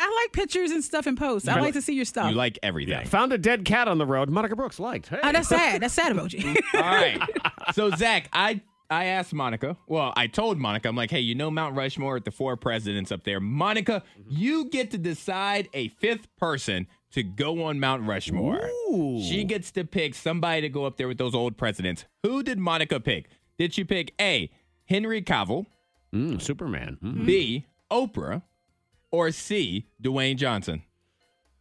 [SPEAKER 4] I like pictures and stuff in posts. I like to see your stuff.
[SPEAKER 5] You like everything.
[SPEAKER 3] Found a dead cat on the road. Monica Brooks liked. Hey.
[SPEAKER 4] Oh, that's sad. That's sad emoji.
[SPEAKER 5] All right. So Zach, I I asked Monica. Well, I told Monica. I'm like, hey, you know Mount Rushmore with the four presidents up there. Monica, you get to decide a fifth person to go on Mount Rushmore. She gets to pick somebody to go up there with those old presidents. Who did Monica pick? Did she pick A. Henry Cavill,
[SPEAKER 3] Mm, Superman. Mm.
[SPEAKER 5] B. Oprah, or C. Dwayne Johnson?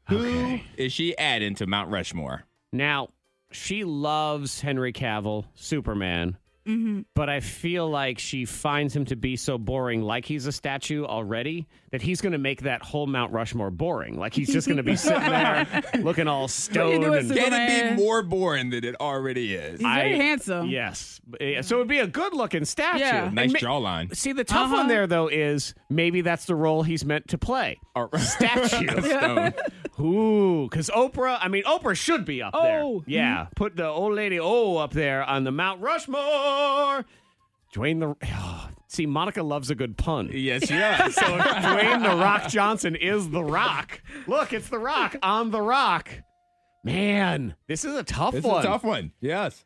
[SPEAKER 5] Who is she adding to Mount Rushmore?
[SPEAKER 3] Now, she loves Henry Cavill, Superman,
[SPEAKER 4] Mm-hmm.
[SPEAKER 3] but I feel like she finds him to be so boring, like he's a statue already, that he's going to make that whole Mount Rushmore boring. Like he's just going to be sitting there looking all stoned.
[SPEAKER 4] doing,
[SPEAKER 3] and-
[SPEAKER 4] Superman?
[SPEAKER 5] Can it
[SPEAKER 4] Man.
[SPEAKER 5] be more boring than it already is?
[SPEAKER 4] He's very handsome.
[SPEAKER 3] Yes. Yeah, So it would be a good looking statue.
[SPEAKER 4] Yeah.
[SPEAKER 3] And
[SPEAKER 5] Nice
[SPEAKER 3] ma-
[SPEAKER 5] jawline.
[SPEAKER 3] See, the tough one
[SPEAKER 4] Uh-huh.
[SPEAKER 3] there, though, is maybe that's the role he's meant to play.
[SPEAKER 5] Or-
[SPEAKER 3] Statue.
[SPEAKER 5] Stone.
[SPEAKER 3] Ooh, because Oprah, I mean, Oprah should be up
[SPEAKER 4] Oh.
[SPEAKER 3] there. Yeah, put the old lady O up there on the Mount Rushmore. Dwayne the. oh, see, Monica loves a good pun.
[SPEAKER 5] Yes, yes.
[SPEAKER 3] So if Dwayne the Rock Johnson is the Rock. Look, it's the Rock on the Rock. Man, this is a tough
[SPEAKER 5] It's
[SPEAKER 3] one.
[SPEAKER 5] a tough one. Yes.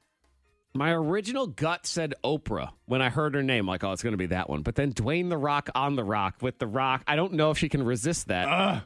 [SPEAKER 3] My original gut said Oprah when I heard her name. Like, oh, it's going to be that one. But then Dwayne the Rock on the Rock with the Rock. I don't know if she can resist that.
[SPEAKER 5] Uh,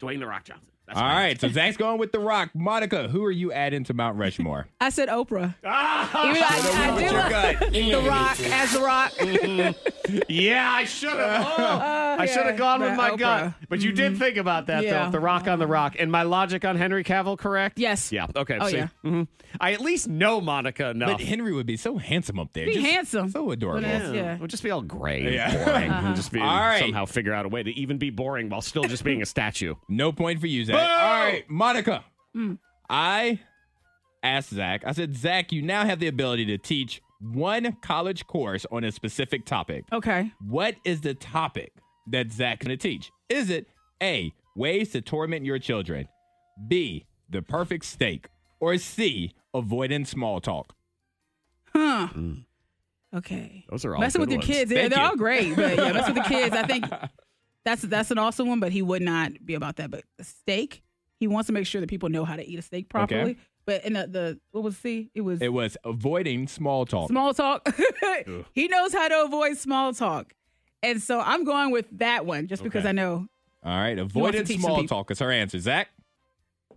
[SPEAKER 3] Dwayne the Rock Johnson.
[SPEAKER 5] All right, so Zach's going with The Rock. Monica, who are you adding to Mount Rushmore?
[SPEAKER 4] I said Oprah. Even though I, I do love The Rock as The Rock.
[SPEAKER 3] yeah, I should have. Oh, I
[SPEAKER 4] yeah,
[SPEAKER 3] should have gone with
[SPEAKER 4] but
[SPEAKER 3] my gut.
[SPEAKER 4] Oprah. Mm-hmm.
[SPEAKER 3] But you did think about that
[SPEAKER 4] Yeah.
[SPEAKER 3] though. The Rock on the Rock, and my logic on Henry Cavill, correct?
[SPEAKER 4] Yes.
[SPEAKER 3] Yeah. Okay.
[SPEAKER 4] Oh,
[SPEAKER 3] see?
[SPEAKER 4] yeah.
[SPEAKER 3] Mhm. I at least know Monica enough.
[SPEAKER 5] But Henry would be so handsome up there.
[SPEAKER 4] Be
[SPEAKER 5] Just
[SPEAKER 4] handsome.
[SPEAKER 5] So adorable.
[SPEAKER 4] But it's- yeah.
[SPEAKER 3] We'll just be all gray and
[SPEAKER 5] Yeah.
[SPEAKER 3] boring.
[SPEAKER 5] Uh-huh.
[SPEAKER 3] And just be
[SPEAKER 5] All right.
[SPEAKER 3] somehow figure out a way to even be boring while still just being a statue.
[SPEAKER 5] No point for you, Zach.
[SPEAKER 3] Boo!
[SPEAKER 5] All right, Monica.
[SPEAKER 4] Mm.
[SPEAKER 5] I asked Zach, I said, Zach, you now have the ability to teach one college course on a specific topic.
[SPEAKER 4] Okay.
[SPEAKER 5] What is the topic that Zach's going to teach? Is it A, ways to torment your children, B, the perfect steak, or C, avoiding small talk?
[SPEAKER 4] Huh. Okay.
[SPEAKER 3] Mm. Those are all
[SPEAKER 4] Messing with
[SPEAKER 3] good
[SPEAKER 4] your
[SPEAKER 3] ones.
[SPEAKER 4] kids. Yeah,
[SPEAKER 5] Thank
[SPEAKER 4] they're
[SPEAKER 5] you.
[SPEAKER 4] all great. But yeah, messing with the kids. I think that's that's an awesome one, but he would not be about that. But the steak, he wants to make sure that people know how to eat a steak properly. But in the, the what was C? It was
[SPEAKER 5] It was avoiding small talk.
[SPEAKER 4] small talk. he knows how to avoid small talk. And so I'm going with that one just because
[SPEAKER 5] Okay.
[SPEAKER 4] I know.
[SPEAKER 5] All right, avoiding
[SPEAKER 4] teach some
[SPEAKER 5] small
[SPEAKER 4] people.
[SPEAKER 5] talk is her answer. Zach?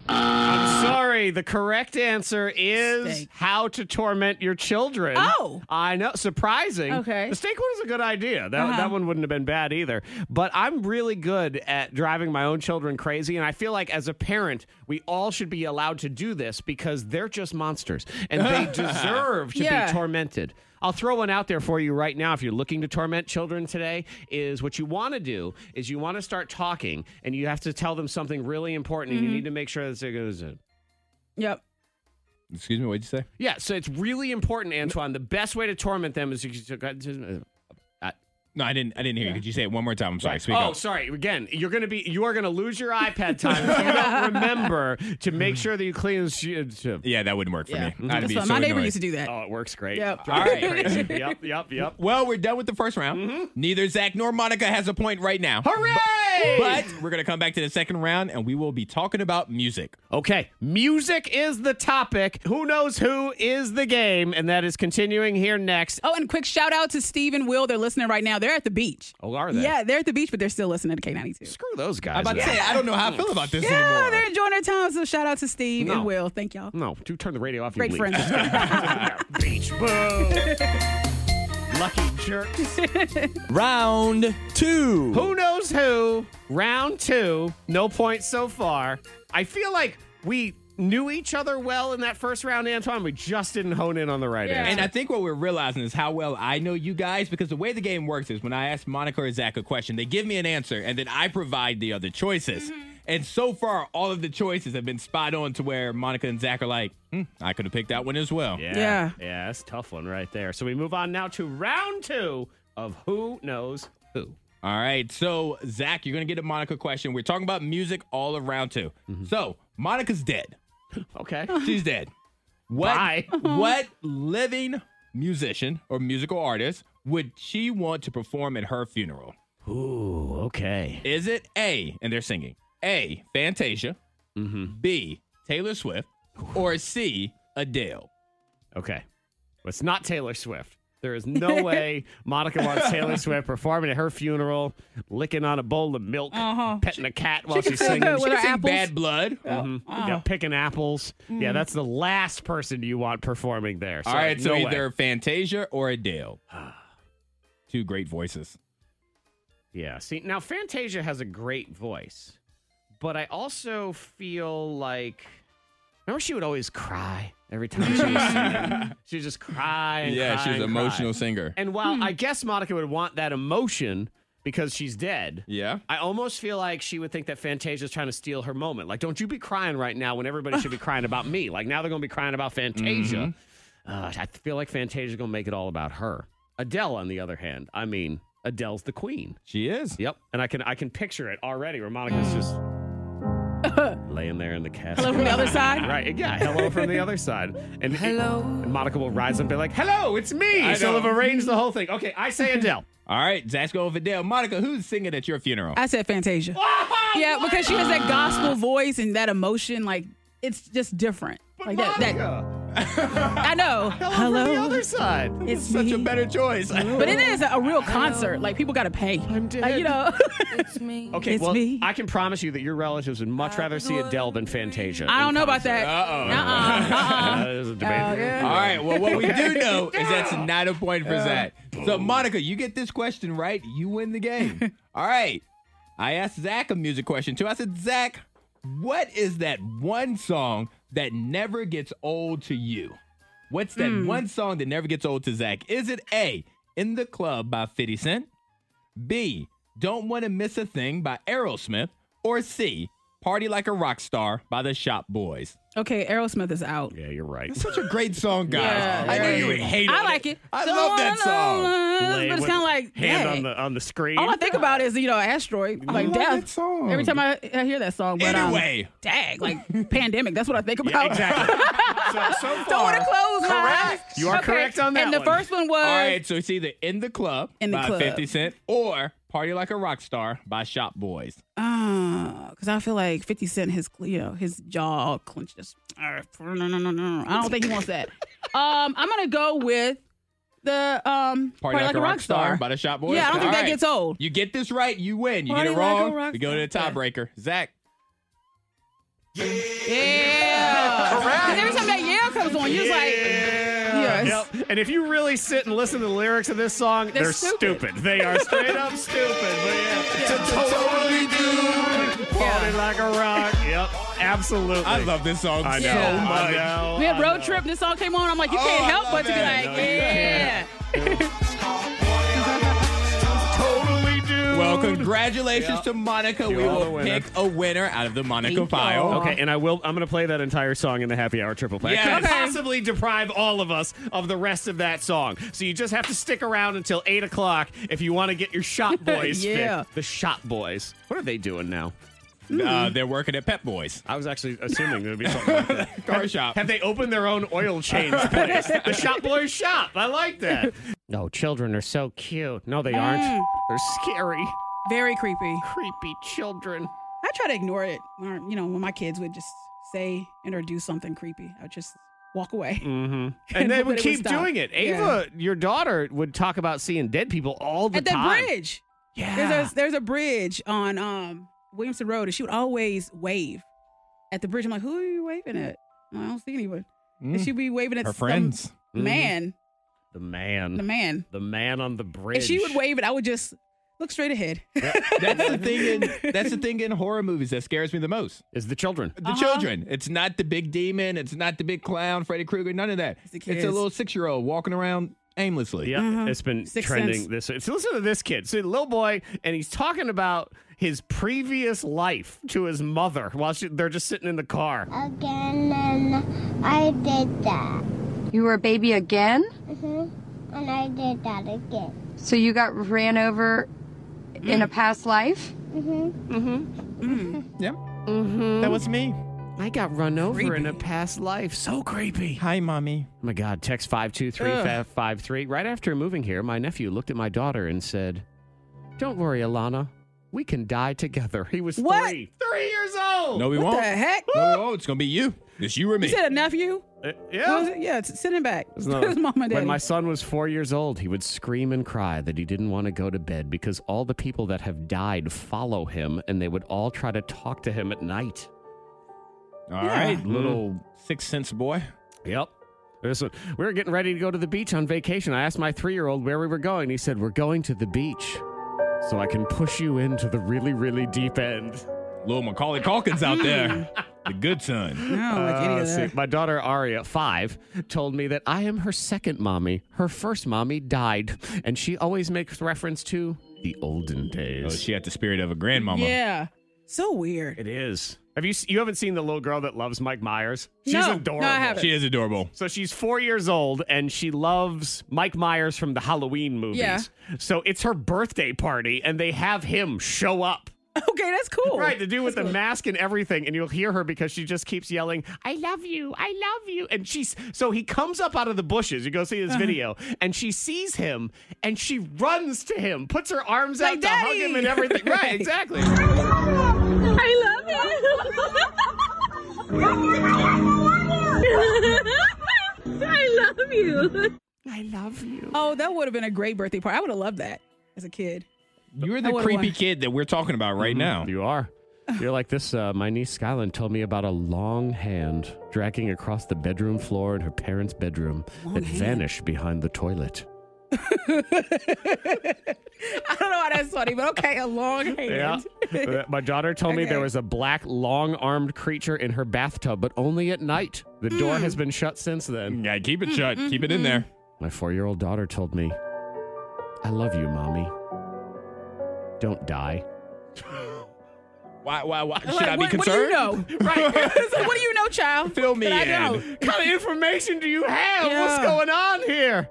[SPEAKER 3] I'm sorry. The correct answer is
[SPEAKER 4] Ah. Steak.
[SPEAKER 3] how to torment your children.
[SPEAKER 4] Oh.
[SPEAKER 3] I know. Surprising.
[SPEAKER 4] Okay.
[SPEAKER 3] The steak one is a good idea. That,
[SPEAKER 4] Uh-huh.
[SPEAKER 3] that one wouldn't have been bad either. But I'm really good at driving my own children crazy. And I feel like as a parent, we all should be allowed to do this because they're just monsters and they deserve to
[SPEAKER 4] Yeah.
[SPEAKER 3] be tormented. I'll throw one out there for you right now. If you're looking to torment children today, is what you want to do is you want to start talking and you have to tell them something really important
[SPEAKER 4] Mm-hmm.
[SPEAKER 3] and you need to make sure that they goes in.
[SPEAKER 4] Yep.
[SPEAKER 5] Excuse me, what'd you say?
[SPEAKER 3] Yeah, so it's really important, Antoine. The best way to torment them is you.
[SPEAKER 5] No, I didn't. I didn't hear you. Could you say it one more time? I'm sorry. Speak
[SPEAKER 3] oh,
[SPEAKER 5] up.
[SPEAKER 3] sorry. Again, you're gonna be you are gonna lose your iPad time if you don't remember to make sure that you clean. this shit up.
[SPEAKER 5] Yeah, that wouldn't work for
[SPEAKER 4] Yeah. Mm-hmm.
[SPEAKER 5] me. I'd
[SPEAKER 4] That's
[SPEAKER 5] be
[SPEAKER 4] fine.
[SPEAKER 5] so
[SPEAKER 4] My neighbor
[SPEAKER 5] annoyed.
[SPEAKER 4] used to do that.
[SPEAKER 3] Oh, it works great.
[SPEAKER 4] Yep.
[SPEAKER 3] Drives me
[SPEAKER 5] All right.
[SPEAKER 3] crazy. yep. Yep. Yep.
[SPEAKER 5] Well, we're done with the first round.
[SPEAKER 4] Mm-hmm.
[SPEAKER 5] Neither Zach nor Monica has a point right now.
[SPEAKER 3] Hooray!
[SPEAKER 5] But we're gonna come back to the second round, and we will be talking about music.
[SPEAKER 3] Okay, music is the topic. Who knows who is the game, and that is continuing here next.
[SPEAKER 4] Oh, and quick shout out to Steve and Will. They're listening right now. They're at the beach.
[SPEAKER 3] Oh, are they?
[SPEAKER 4] Yeah, they're at the beach, but they're still listening to K92.
[SPEAKER 3] Screw those guys.
[SPEAKER 5] I'm about to
[SPEAKER 3] man.
[SPEAKER 5] say I don't know how I feel about this
[SPEAKER 4] Yeah,
[SPEAKER 5] anymore.
[SPEAKER 4] they're enjoying their time. So shout out to Steve
[SPEAKER 3] No. Mm.
[SPEAKER 4] and Will. Thank y'all.
[SPEAKER 3] No, do turn the radio off. you
[SPEAKER 4] Great
[SPEAKER 3] leave.
[SPEAKER 4] friends.
[SPEAKER 3] Beach boo. Lucky jerks.
[SPEAKER 5] Round two.
[SPEAKER 3] Who knows who? Round two. No points so far. I feel like we knew each other well in that first round, Antoine. We just didn't hone in on the right
[SPEAKER 4] Yeah.
[SPEAKER 3] answer.
[SPEAKER 5] And I think what we're realizing is how well I know you guys because the way the game works is when I ask Monica or Zach a question, they give me an answer and then I provide the other choices.
[SPEAKER 3] Mm-hmm.
[SPEAKER 5] And so far, all of the choices have been spot on to where Monica and Zach are like, hmm, I could have picked that one as well.
[SPEAKER 3] Yeah.
[SPEAKER 4] Yeah.
[SPEAKER 3] Yeah, that's a tough one right there. So we move on now to round two of Who Knows Who.
[SPEAKER 5] All right. So, Zach, you're going to get a Monica question. We're talking about music all around too. So, Monica's dead.
[SPEAKER 3] Okay.
[SPEAKER 5] She's dead. What,
[SPEAKER 3] Bye.
[SPEAKER 5] what living musician or musical artist would she want to perform at her funeral?
[SPEAKER 3] Ooh, okay.
[SPEAKER 5] Is it A, and they're singing A, Fantasia,
[SPEAKER 3] Mm-hmm.
[SPEAKER 5] B, Taylor Swift, or C, Adele?
[SPEAKER 3] Okay. It's not Taylor Swift. There is no way Monica wants Taylor Swift performing at her funeral, licking on a bowl of milk,
[SPEAKER 4] Uh-huh.
[SPEAKER 3] petting a cat while she's
[SPEAKER 4] sing
[SPEAKER 3] singing.
[SPEAKER 4] that with
[SPEAKER 5] She
[SPEAKER 4] her apples? Oh.
[SPEAKER 5] sing
[SPEAKER 4] Mm-hmm.
[SPEAKER 5] Bad Blood.
[SPEAKER 3] Mhm. Yeah, picking apples. Yeah, that's the last person you want performing there.
[SPEAKER 5] All right, so
[SPEAKER 3] no way. Ah.
[SPEAKER 5] either Fantasia or Adele. Two great voices.
[SPEAKER 3] Yeah. See, now Fantasia has a great voice, but I also feel like remember she would always cry every time she was singing. She would just cry and
[SPEAKER 5] Yeah,
[SPEAKER 3] cry
[SPEAKER 5] she's an
[SPEAKER 3] and cry.
[SPEAKER 5] emotional singer.
[SPEAKER 3] And while I guess Monica would want that emotion because she's dead.
[SPEAKER 5] Yeah.
[SPEAKER 3] I almost feel like she would think that Fantasia's trying to steal her moment. Like, don't you be crying right now when everybody should be crying about me. Like, now they're going to be crying about Fantasia. Uh, I feel like Fantasia's going to make it all about her. Adele, on the other hand, I mean, Adele's the queen.
[SPEAKER 5] She is.
[SPEAKER 3] Yep. And I can I can picture it already where Monica's just laying there in the casket.
[SPEAKER 4] Hello from the other side.
[SPEAKER 3] Right, yeah, hello from the other side. And, hello. and Monica will rise up and be like, hello, it's me.
[SPEAKER 5] I
[SPEAKER 3] so
[SPEAKER 5] know.
[SPEAKER 3] they've arranged the whole thing. Okay, I say Adele.
[SPEAKER 5] All right, Zach's going with Adele. Monica, who's singing at your funeral?
[SPEAKER 4] I said Fantasia. yeah, because she has that gospel voice and that emotion. Like, it's just different. like that, that. I know. Hello.
[SPEAKER 3] the other side.
[SPEAKER 4] It's such a
[SPEAKER 5] better choice.
[SPEAKER 4] but it is a, a real concert. Like people got to pay. I'm dead. you know.
[SPEAKER 10] It's me.
[SPEAKER 3] Okay, well, I can promise you that your relatives would much rather see Adele than Fantasia.
[SPEAKER 4] I don't know about that. Uh-uh. Uh-uh.
[SPEAKER 3] This is Ah. a debate.
[SPEAKER 5] All right. Well, what we do know is that's not a point for Zach. So, Monica, you get this question right, you win the game. All right. I asked Zach a music question too. I said, Zach, what is that one song that never gets old to you? What's that one song that never gets old to Zach? Is it A, In the Club by 50 Cent? B, Don't Want to Miss a Thing by Aerosmith? Or C, Party Like a Rock Star by the Shop Boys?
[SPEAKER 4] Okay, Aerosmith is out.
[SPEAKER 3] Yeah, you're right.
[SPEAKER 5] Such a great song, guys.
[SPEAKER 4] Yeah,
[SPEAKER 5] I knew
[SPEAKER 4] right.
[SPEAKER 5] you would hate
[SPEAKER 4] I
[SPEAKER 5] on
[SPEAKER 4] like it.
[SPEAKER 5] I
[SPEAKER 4] Don't
[SPEAKER 5] love that
[SPEAKER 4] wanna
[SPEAKER 5] song.
[SPEAKER 4] lose,
[SPEAKER 3] Lay
[SPEAKER 4] but it's
[SPEAKER 3] with
[SPEAKER 4] kind of like
[SPEAKER 3] hand
[SPEAKER 4] dang.
[SPEAKER 3] on the on the screen.
[SPEAKER 4] All I think about is you know asteroid, like
[SPEAKER 3] love
[SPEAKER 4] death.
[SPEAKER 3] that song.
[SPEAKER 4] Every time I, I hear that song, but
[SPEAKER 3] Anyway.
[SPEAKER 4] um, dag, like pandemic. That's what I think about.
[SPEAKER 3] exactly. so, so
[SPEAKER 4] Don't want to close my eyes.
[SPEAKER 5] You are correct on that
[SPEAKER 4] And the
[SPEAKER 5] one.
[SPEAKER 4] first one was
[SPEAKER 5] All right, so it's either In the Club
[SPEAKER 4] In the
[SPEAKER 5] by
[SPEAKER 4] Club.
[SPEAKER 5] 50 Cent or Party Like a Rock Star by Shop Boys.
[SPEAKER 4] because uh, I feel like Fifty Cent, his you know his jaw all clenched. Just, "Arr, no, no, no, no. I don't think he wants that. um, I'm gonna go with the um
[SPEAKER 5] Party, like, a rock star. by the Shop Boys.
[SPEAKER 4] Yeah, I don't think
[SPEAKER 5] All
[SPEAKER 4] that
[SPEAKER 5] right.
[SPEAKER 4] gets old.
[SPEAKER 5] You get this right, you win. You
[SPEAKER 4] Party
[SPEAKER 5] get it
[SPEAKER 4] like a
[SPEAKER 5] wrong,
[SPEAKER 4] rock
[SPEAKER 5] we go to the tiebreaker. Zach.
[SPEAKER 4] Yeah, because every time that yell comes on, you're just like, yes.
[SPEAKER 3] Yep. And if you really sit and listen to the lyrics of this song, they're,
[SPEAKER 4] They're
[SPEAKER 3] stupid.
[SPEAKER 4] stupid.
[SPEAKER 3] They are straight up stupid. But yeah, to totally do party like a rock. Yep, absolutely.
[SPEAKER 5] I love this song
[SPEAKER 3] I know.
[SPEAKER 5] so
[SPEAKER 3] I
[SPEAKER 5] much.
[SPEAKER 3] know.
[SPEAKER 4] We had road trip. and This song came on. I'm like, you
[SPEAKER 5] Oh,
[SPEAKER 4] can't
[SPEAKER 10] I
[SPEAKER 4] help
[SPEAKER 10] love
[SPEAKER 4] but to be
[SPEAKER 10] that.
[SPEAKER 4] like,
[SPEAKER 10] No, you
[SPEAKER 4] yeah.
[SPEAKER 3] totally do.
[SPEAKER 5] Well, congratulations
[SPEAKER 3] Yep.
[SPEAKER 5] to Monica.
[SPEAKER 3] You
[SPEAKER 5] we
[SPEAKER 3] are the
[SPEAKER 5] will
[SPEAKER 3] winner.
[SPEAKER 5] pick a winner out of the Monica
[SPEAKER 4] Thank
[SPEAKER 5] pile.
[SPEAKER 4] y'all.
[SPEAKER 3] Okay, and I will. I'm going to play that entire song in the happy hour triple play. I
[SPEAKER 5] Yes.
[SPEAKER 3] could possibly deprive all of us of the rest of that song, so you just have to stick around until eight o'clock if you want to get your Shop Boys.
[SPEAKER 4] Yeah.
[SPEAKER 3] pick. the Shop Boys. What are they doing now?
[SPEAKER 5] Uh, they're working at Pep Boys
[SPEAKER 3] I was actually assuming there would be something like that.
[SPEAKER 5] car shop.
[SPEAKER 3] Have they opened their own oil change place? the Shop Boys Shop. I like that. No, Oh, children are so cute. No, they aren't. They're scary,
[SPEAKER 4] Very creepy.
[SPEAKER 3] creepy children.
[SPEAKER 4] I try to ignore it. Or, you know, when my kids would just say and or do something creepy, I would just walk away.
[SPEAKER 5] Mm,
[SPEAKER 3] Mm-hmm.
[SPEAKER 4] And
[SPEAKER 3] And they
[SPEAKER 4] hope
[SPEAKER 3] would
[SPEAKER 4] that it would
[SPEAKER 3] keep
[SPEAKER 4] stop.
[SPEAKER 3] doing it.
[SPEAKER 4] Yeah.
[SPEAKER 3] Ava, your daughter, would talk about seeing dead people all the
[SPEAKER 4] At that
[SPEAKER 3] time.
[SPEAKER 4] bridge,
[SPEAKER 3] Yeah.
[SPEAKER 4] there's a, there's a bridge on um, Williamson Road, and she would always wave at the bridge. I'm like, who are you waving at? I'm like, I don't see anyone. And she'd be waving at
[SPEAKER 5] Mm. Her
[SPEAKER 4] some
[SPEAKER 5] friends. Mm-hmm.
[SPEAKER 3] Mhm.
[SPEAKER 4] man,
[SPEAKER 3] The man.
[SPEAKER 4] the man.
[SPEAKER 3] The man on the bridge.
[SPEAKER 4] If she would wave it, I would just look straight ahead.
[SPEAKER 5] That's the thing. In, that's the thing in horror movies that scares me the most.
[SPEAKER 3] Is the children.
[SPEAKER 4] Uh-huh.
[SPEAKER 5] The children. It's not the big demon. It's not the big clown, Freddy Krueger. None of that.
[SPEAKER 4] It's the
[SPEAKER 5] It's, a
[SPEAKER 4] kids.
[SPEAKER 5] little six-year-old walking around aimlessly.
[SPEAKER 3] Yeah, it's been
[SPEAKER 4] Mm-hmm. Sixth
[SPEAKER 3] trending
[SPEAKER 4] Sense.
[SPEAKER 3] this. So listen to this kid. See, little boy, and he's talking about his previous life to his mother while she, they're just sitting in the car.
[SPEAKER 4] Uh,
[SPEAKER 13] again and I did that.
[SPEAKER 14] You were a baby again?
[SPEAKER 13] hmm And I did that again.
[SPEAKER 14] So you got ran over in a past life?
[SPEAKER 13] hmm
[SPEAKER 5] Yeah.
[SPEAKER 4] Mm-hmm.
[SPEAKER 5] That was me.
[SPEAKER 3] I got run over in
[SPEAKER 4] Creepy.
[SPEAKER 3] a past life. So creepy.
[SPEAKER 5] Hi, mommy.
[SPEAKER 3] Oh my God. Text 523553. Right after moving here, my nephew looked at my daughter and said, Don't worry, Alana. We can die together. He was
[SPEAKER 4] What?
[SPEAKER 3] three. Three years old.
[SPEAKER 5] No, we
[SPEAKER 4] What
[SPEAKER 5] won't.
[SPEAKER 4] the heck?
[SPEAKER 5] No, no, it's gonna be you. It's you or me.
[SPEAKER 4] You said a nephew?
[SPEAKER 3] Uh,
[SPEAKER 4] What was
[SPEAKER 3] yeah.
[SPEAKER 4] it? Yeah, it's- send him back.
[SPEAKER 3] It's
[SPEAKER 4] It's
[SPEAKER 3] not-
[SPEAKER 4] his mom and
[SPEAKER 3] When
[SPEAKER 4] daddy.
[SPEAKER 3] my son was four years old, he would scream and cry that he didn't want to go to bed because all the people that have died follow him and they would all try to talk to him at night.
[SPEAKER 5] All
[SPEAKER 4] Yeah.
[SPEAKER 5] right, little six sense boy.
[SPEAKER 3] Yep. This one. We were getting ready to go to the beach on vacation. I asked my three year old where we were going. He said, We're going to the beach so I can push you into the really, really deep end.
[SPEAKER 5] Little Macaulay Calkins out there. The good son.
[SPEAKER 4] I don't like any
[SPEAKER 3] Uh,
[SPEAKER 4] of that.
[SPEAKER 3] see, my daughter Aria, five, told me that I am her second mommy. Her first mommy died, and she always makes reference to the olden days.
[SPEAKER 5] Oh, she had the spirit of a grandmama.
[SPEAKER 4] Yeah. So weird.
[SPEAKER 3] It is. Have you s- you haven't seen the little girl that loves Mike Myers? She's
[SPEAKER 4] No. No, I
[SPEAKER 3] adorable.
[SPEAKER 4] haven't.
[SPEAKER 5] She is adorable.
[SPEAKER 3] So she's four years old and she loves Mike Myers from the Halloween movies.
[SPEAKER 4] Yeah.
[SPEAKER 3] So it's her birthday party and they have him show up.
[SPEAKER 4] Okay, that's cool.
[SPEAKER 3] Right, to do with the
[SPEAKER 4] That's cool.
[SPEAKER 3] mask and everything, and you'll hear her because she just keeps yelling, "I love you, I love you," and she's so he comes up out of the bushes. You go see this
[SPEAKER 4] Uh-huh.
[SPEAKER 3] video, and she sees him, and she runs to him, puts her arms
[SPEAKER 4] Like,
[SPEAKER 3] out to hug him
[SPEAKER 4] "Daddy!"
[SPEAKER 3] and everything. Right, exactly.
[SPEAKER 10] I love you.
[SPEAKER 4] I love you. I love you. Oh, that would have been a great birthday party. I would have loved that as a kid.
[SPEAKER 5] You're
[SPEAKER 4] I
[SPEAKER 5] the
[SPEAKER 4] would've
[SPEAKER 5] creepy
[SPEAKER 4] won.
[SPEAKER 5] kid that we're talking about right
[SPEAKER 3] Mhm.
[SPEAKER 5] now.
[SPEAKER 3] You are. You're like this. Uh, my niece Skyland told me about a long hand dragging across the bedroom floor in her parents' bedroom
[SPEAKER 4] Long
[SPEAKER 3] that
[SPEAKER 4] hand?
[SPEAKER 3] vanished behind the toilet.
[SPEAKER 4] I don't know why that's funny, but okay, a long hand.
[SPEAKER 3] Yeah. Uh, my daughter told me there was a black, long armed creature in her bathtub, but only at night. The door has been shut since then.
[SPEAKER 5] Yeah, keep it shut. Keep it
[SPEAKER 4] Mm-hmm.
[SPEAKER 5] in there.
[SPEAKER 3] Mm. My four year old daughter told me, I love you, mommy. Don't die.
[SPEAKER 5] Why? Why? Why? Should
[SPEAKER 4] Like,
[SPEAKER 5] I be
[SPEAKER 4] what,
[SPEAKER 5] concerned?
[SPEAKER 4] What do you know? Right. It's like, what do you know, child?
[SPEAKER 5] Fill me
[SPEAKER 4] that I
[SPEAKER 5] in.
[SPEAKER 4] don't?
[SPEAKER 3] kind of information do you have?
[SPEAKER 4] Yeah.
[SPEAKER 3] What's going on here?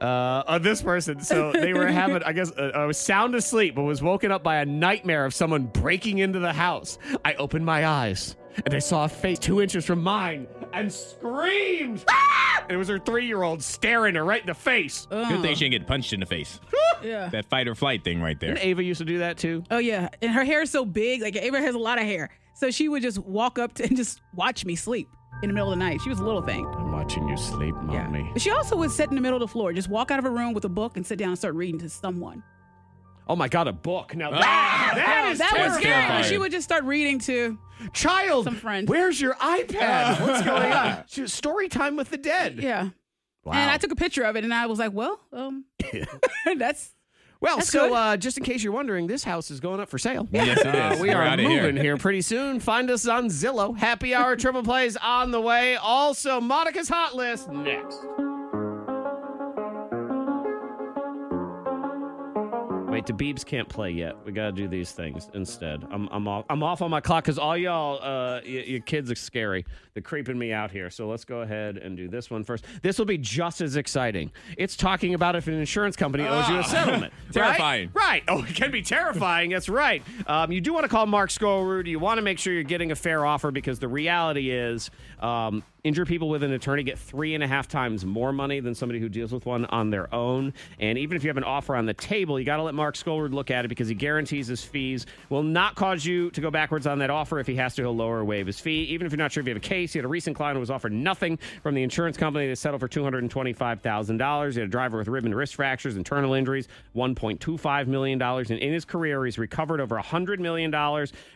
[SPEAKER 3] Uh, uh, this person. So they were having, I guess, uh, I was sound asleep, but was woken up by a nightmare of someone breaking into the house. I opened my eyes and I saw a face two inches from mine and screamed. And it was her three year old staring her right in the face.
[SPEAKER 5] Good thing she didn't get punched in the face.
[SPEAKER 4] Yeah.
[SPEAKER 5] That fight or flight thing right there.
[SPEAKER 3] And Ava used to do that too.
[SPEAKER 4] Oh yeah, and her hair is so big. Like Ava has a lot of hair, so she would just walk up to, and just watch me sleep in the middle of the night. She was a little thing.
[SPEAKER 3] I'm watching you sleep, mommy.
[SPEAKER 4] But she also would sit in the middle of the floor, just walk out of her room with a book and sit down and start reading to someone.
[SPEAKER 3] Oh my God, a book. Now that, that
[SPEAKER 4] Oh,
[SPEAKER 3] is
[SPEAKER 4] that was scary.
[SPEAKER 3] terrifying.
[SPEAKER 4] But she would just start reading to
[SPEAKER 3] Child,
[SPEAKER 4] some friends.
[SPEAKER 3] Where's your iPad? What's going on? She- Story time with the dead.
[SPEAKER 4] Yeah. And I took a picture of it, and I was like, "Well, um, that's
[SPEAKER 3] Well,
[SPEAKER 4] That's
[SPEAKER 3] so
[SPEAKER 4] good.
[SPEAKER 3] uh, just in case you're wondering, this house is going up for sale.
[SPEAKER 5] Yes, it
[SPEAKER 3] Uh,
[SPEAKER 5] is.
[SPEAKER 3] we
[SPEAKER 5] We're
[SPEAKER 3] are
[SPEAKER 5] outta here.
[SPEAKER 3] moving here. pretty soon. Find us on Zillow. Happy hour triple plays on the way. Also, Monica's hot list next. Wait, the Beebs can't play yet. We gotta do these things instead. I'm I'm off I'm off on my clock because all y'all uh y- your kids are scary. They're creeping me out here. So let's go ahead and do this one first. This will be just as exciting. It's talking about if an insurance company owes you a
[SPEAKER 5] Ah.
[SPEAKER 3] settlement. right?
[SPEAKER 5] Terrifying.
[SPEAKER 3] Right. Oh, it can be terrifying. That's right. Um, you do want to call Mark Skorud. You want to make sure you're getting a fair offer because the reality is um, injured people with an attorney get three and a half times more money than somebody who deals with one on their own. And even if you have an offer on the table, you got to let Mark Skorud look at it because he guarantees his fees will not cause you to go backwards on that offer. If he has to, he'll lower or waive his fee. Even if you're not sure if you have a case, he had a recent client who was offered nothing from the insurance company that settled for $225,000. He had a driver with rib and wrist fractures, internal injuries, $1.25 million. And in his career, he's recovered over $100 million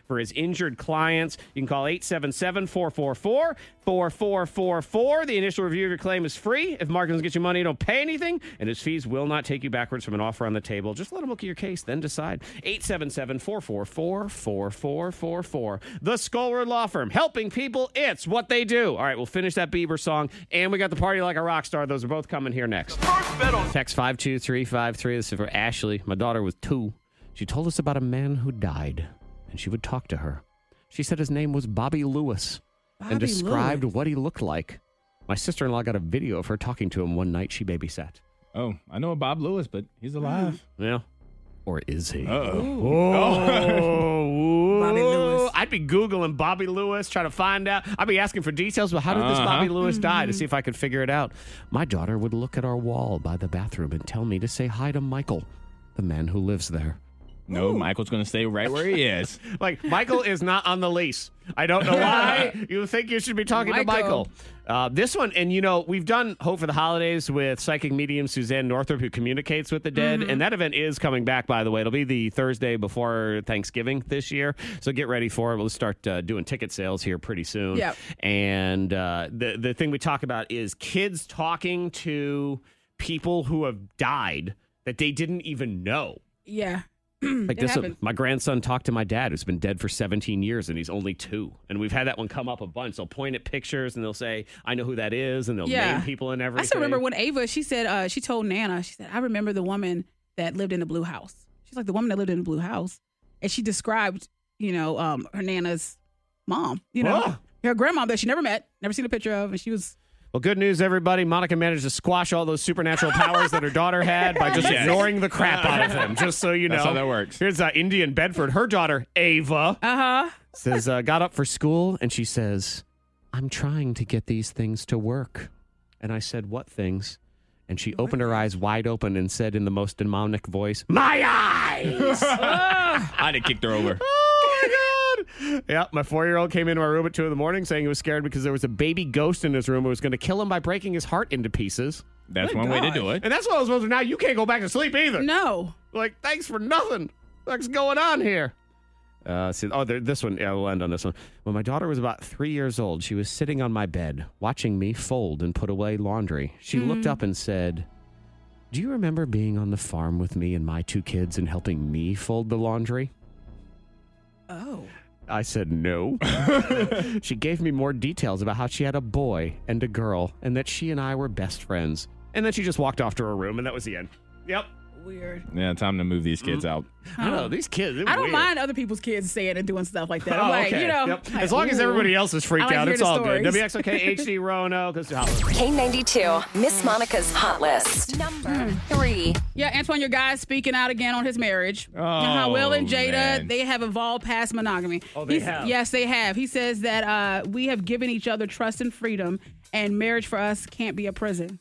[SPEAKER 3] for his injured clients. You can call 877 444 4444. The initial review of your claim is free. If Mark doesn't get you money, you don't pay anything, and his fees will not take you backwards from an offer on the table. Just let him look at your case, then decide. 877 444 4444. The Skolward Law Firm, helping people, it's what they do. All right, we'll finish that Bieber song, and we got the party like a rock star. Those are both coming here next. Text 52353. This is for Ashley. My daughter was two. She told us about a man who died, and she would talk to her. She said his name was Bobby Lewis and
[SPEAKER 4] Bobby
[SPEAKER 3] described what he looked like. My sister in law got a video of her talking to him one night she babysat.
[SPEAKER 5] Oh, I know a Bob Lewis, but he's alive.
[SPEAKER 3] Yeah. Or is he?
[SPEAKER 5] Uh-oh.
[SPEAKER 3] Oh,
[SPEAKER 4] Bobby Lewis.
[SPEAKER 3] I'd be Googling Bobby Lewis, trying to find out. I'd be asking for details, but how did this
[SPEAKER 5] Uh-huh.
[SPEAKER 3] Bobby Lewis die
[SPEAKER 4] Mm-hmm.
[SPEAKER 3] to see if I could figure it out? My daughter would look at our wall by the bathroom and tell me to say hi to Michael, the man who lives there.
[SPEAKER 5] No, Michael's going to stay right where he is.
[SPEAKER 3] Like, Michael is not on the lease. I don't know why you think you should be talking to Michael.
[SPEAKER 4] Michael.
[SPEAKER 3] Uh, this one, and you know, we've done Hope for the Holidays with psychic medium Suzanne Northrup, who communicates with the dead. And that event is coming back, by the way. It'll be the Thursday before Thanksgiving this year. So get ready for it. We'll start uh, doing ticket sales here pretty soon.
[SPEAKER 4] Yep.
[SPEAKER 3] And uh, the, the thing we talk about is kids talking to people who have died that they didn't even know.
[SPEAKER 4] yeah.
[SPEAKER 3] Like
[SPEAKER 4] It
[SPEAKER 3] this, uh,
[SPEAKER 4] happens.
[SPEAKER 3] my grandson talked to my dad, who's been dead for 17 years, and he's only two. And we've had that one come up a bunch. They'll point at pictures and they'll say, "I know who that is," and they'll
[SPEAKER 4] Yeah.
[SPEAKER 3] name people and everything.
[SPEAKER 4] I still remember when Ava, she said, uh, she told Nana, she said, I remember the woman that lived in the blue house. She's like the woman that lived in the blue house. And she described, you know, um, her Nana's mom, you know,
[SPEAKER 3] Oh.
[SPEAKER 4] her grandma that she never met, never seen a picture of. And she was,
[SPEAKER 3] Well, good news, everybody. Monica managed to squash all those supernatural powers that her daughter had by just
[SPEAKER 5] Yes. Uh,
[SPEAKER 3] ignoring the crap out of them. Just so you know,
[SPEAKER 5] That's how that works.
[SPEAKER 3] Here's uh, Indian Bedford. Her daughter Ava
[SPEAKER 4] uh huh.
[SPEAKER 3] says uh, got up for school, and she says, "I'm trying to get these things to work." And I said, "What things?" And she opened her eyes wide open and said in the most demonic voice, "My eyes!"
[SPEAKER 5] I'd have kicked her over.
[SPEAKER 3] Oh my Yeah, my four year old came into my room at two in the morning saying he was scared because there was a baby ghost in his room who was going to kill him by breaking his heart into pieces.
[SPEAKER 5] That's one way to do it.
[SPEAKER 3] And that's what I was supposed to now. You can't go back to sleep either.
[SPEAKER 4] No.
[SPEAKER 3] Like, thanks for nothing. What's going on here? Uh, see, oh, there, this one. Yeah, we'll end on this one. When my daughter was about three years old, she was sitting on my bed watching me fold and put away laundry. She
[SPEAKER 4] Hmm.
[SPEAKER 3] looked up and said, Do you remember being on the farm with me and my two kids and helping me fold the laundry?
[SPEAKER 4] Oh.
[SPEAKER 3] I said no. she gave me more details about how she had a boy and a girl and that she and I were best friends. And then she just walked off to her room, and that was the end. Yep.
[SPEAKER 4] Weird.
[SPEAKER 5] Yeah, time to move these kids out.
[SPEAKER 3] I don't know. These kids. they're
[SPEAKER 4] I don't
[SPEAKER 3] weird.
[SPEAKER 4] mind other people's kids saying and doing stuff like that. I'm
[SPEAKER 3] Oh,
[SPEAKER 4] like,
[SPEAKER 3] okay.
[SPEAKER 4] you know,
[SPEAKER 3] Yep.
[SPEAKER 4] like,
[SPEAKER 3] as long as
[SPEAKER 4] ooh.
[SPEAKER 3] everybody else is freaked
[SPEAKER 4] I like
[SPEAKER 3] out,
[SPEAKER 4] hearing
[SPEAKER 3] it's
[SPEAKER 4] the
[SPEAKER 3] all good.
[SPEAKER 4] stories.
[SPEAKER 3] WXOK HD Roanoke. Let's holler.
[SPEAKER 8] K92, Miss Monica's Hot List. Number
[SPEAKER 14] Hmm.
[SPEAKER 8] three.
[SPEAKER 4] Yeah, Antoine, your guy's speaking out again on his marriage. Oh, how Will and Jada,
[SPEAKER 8] man.
[SPEAKER 4] they have evolved past monogamy.
[SPEAKER 8] Oh, they
[SPEAKER 4] He's-
[SPEAKER 8] have.
[SPEAKER 4] Yes, they have. He says that uh, we have given each other trust and freedom, and marriage for us can't be a prison.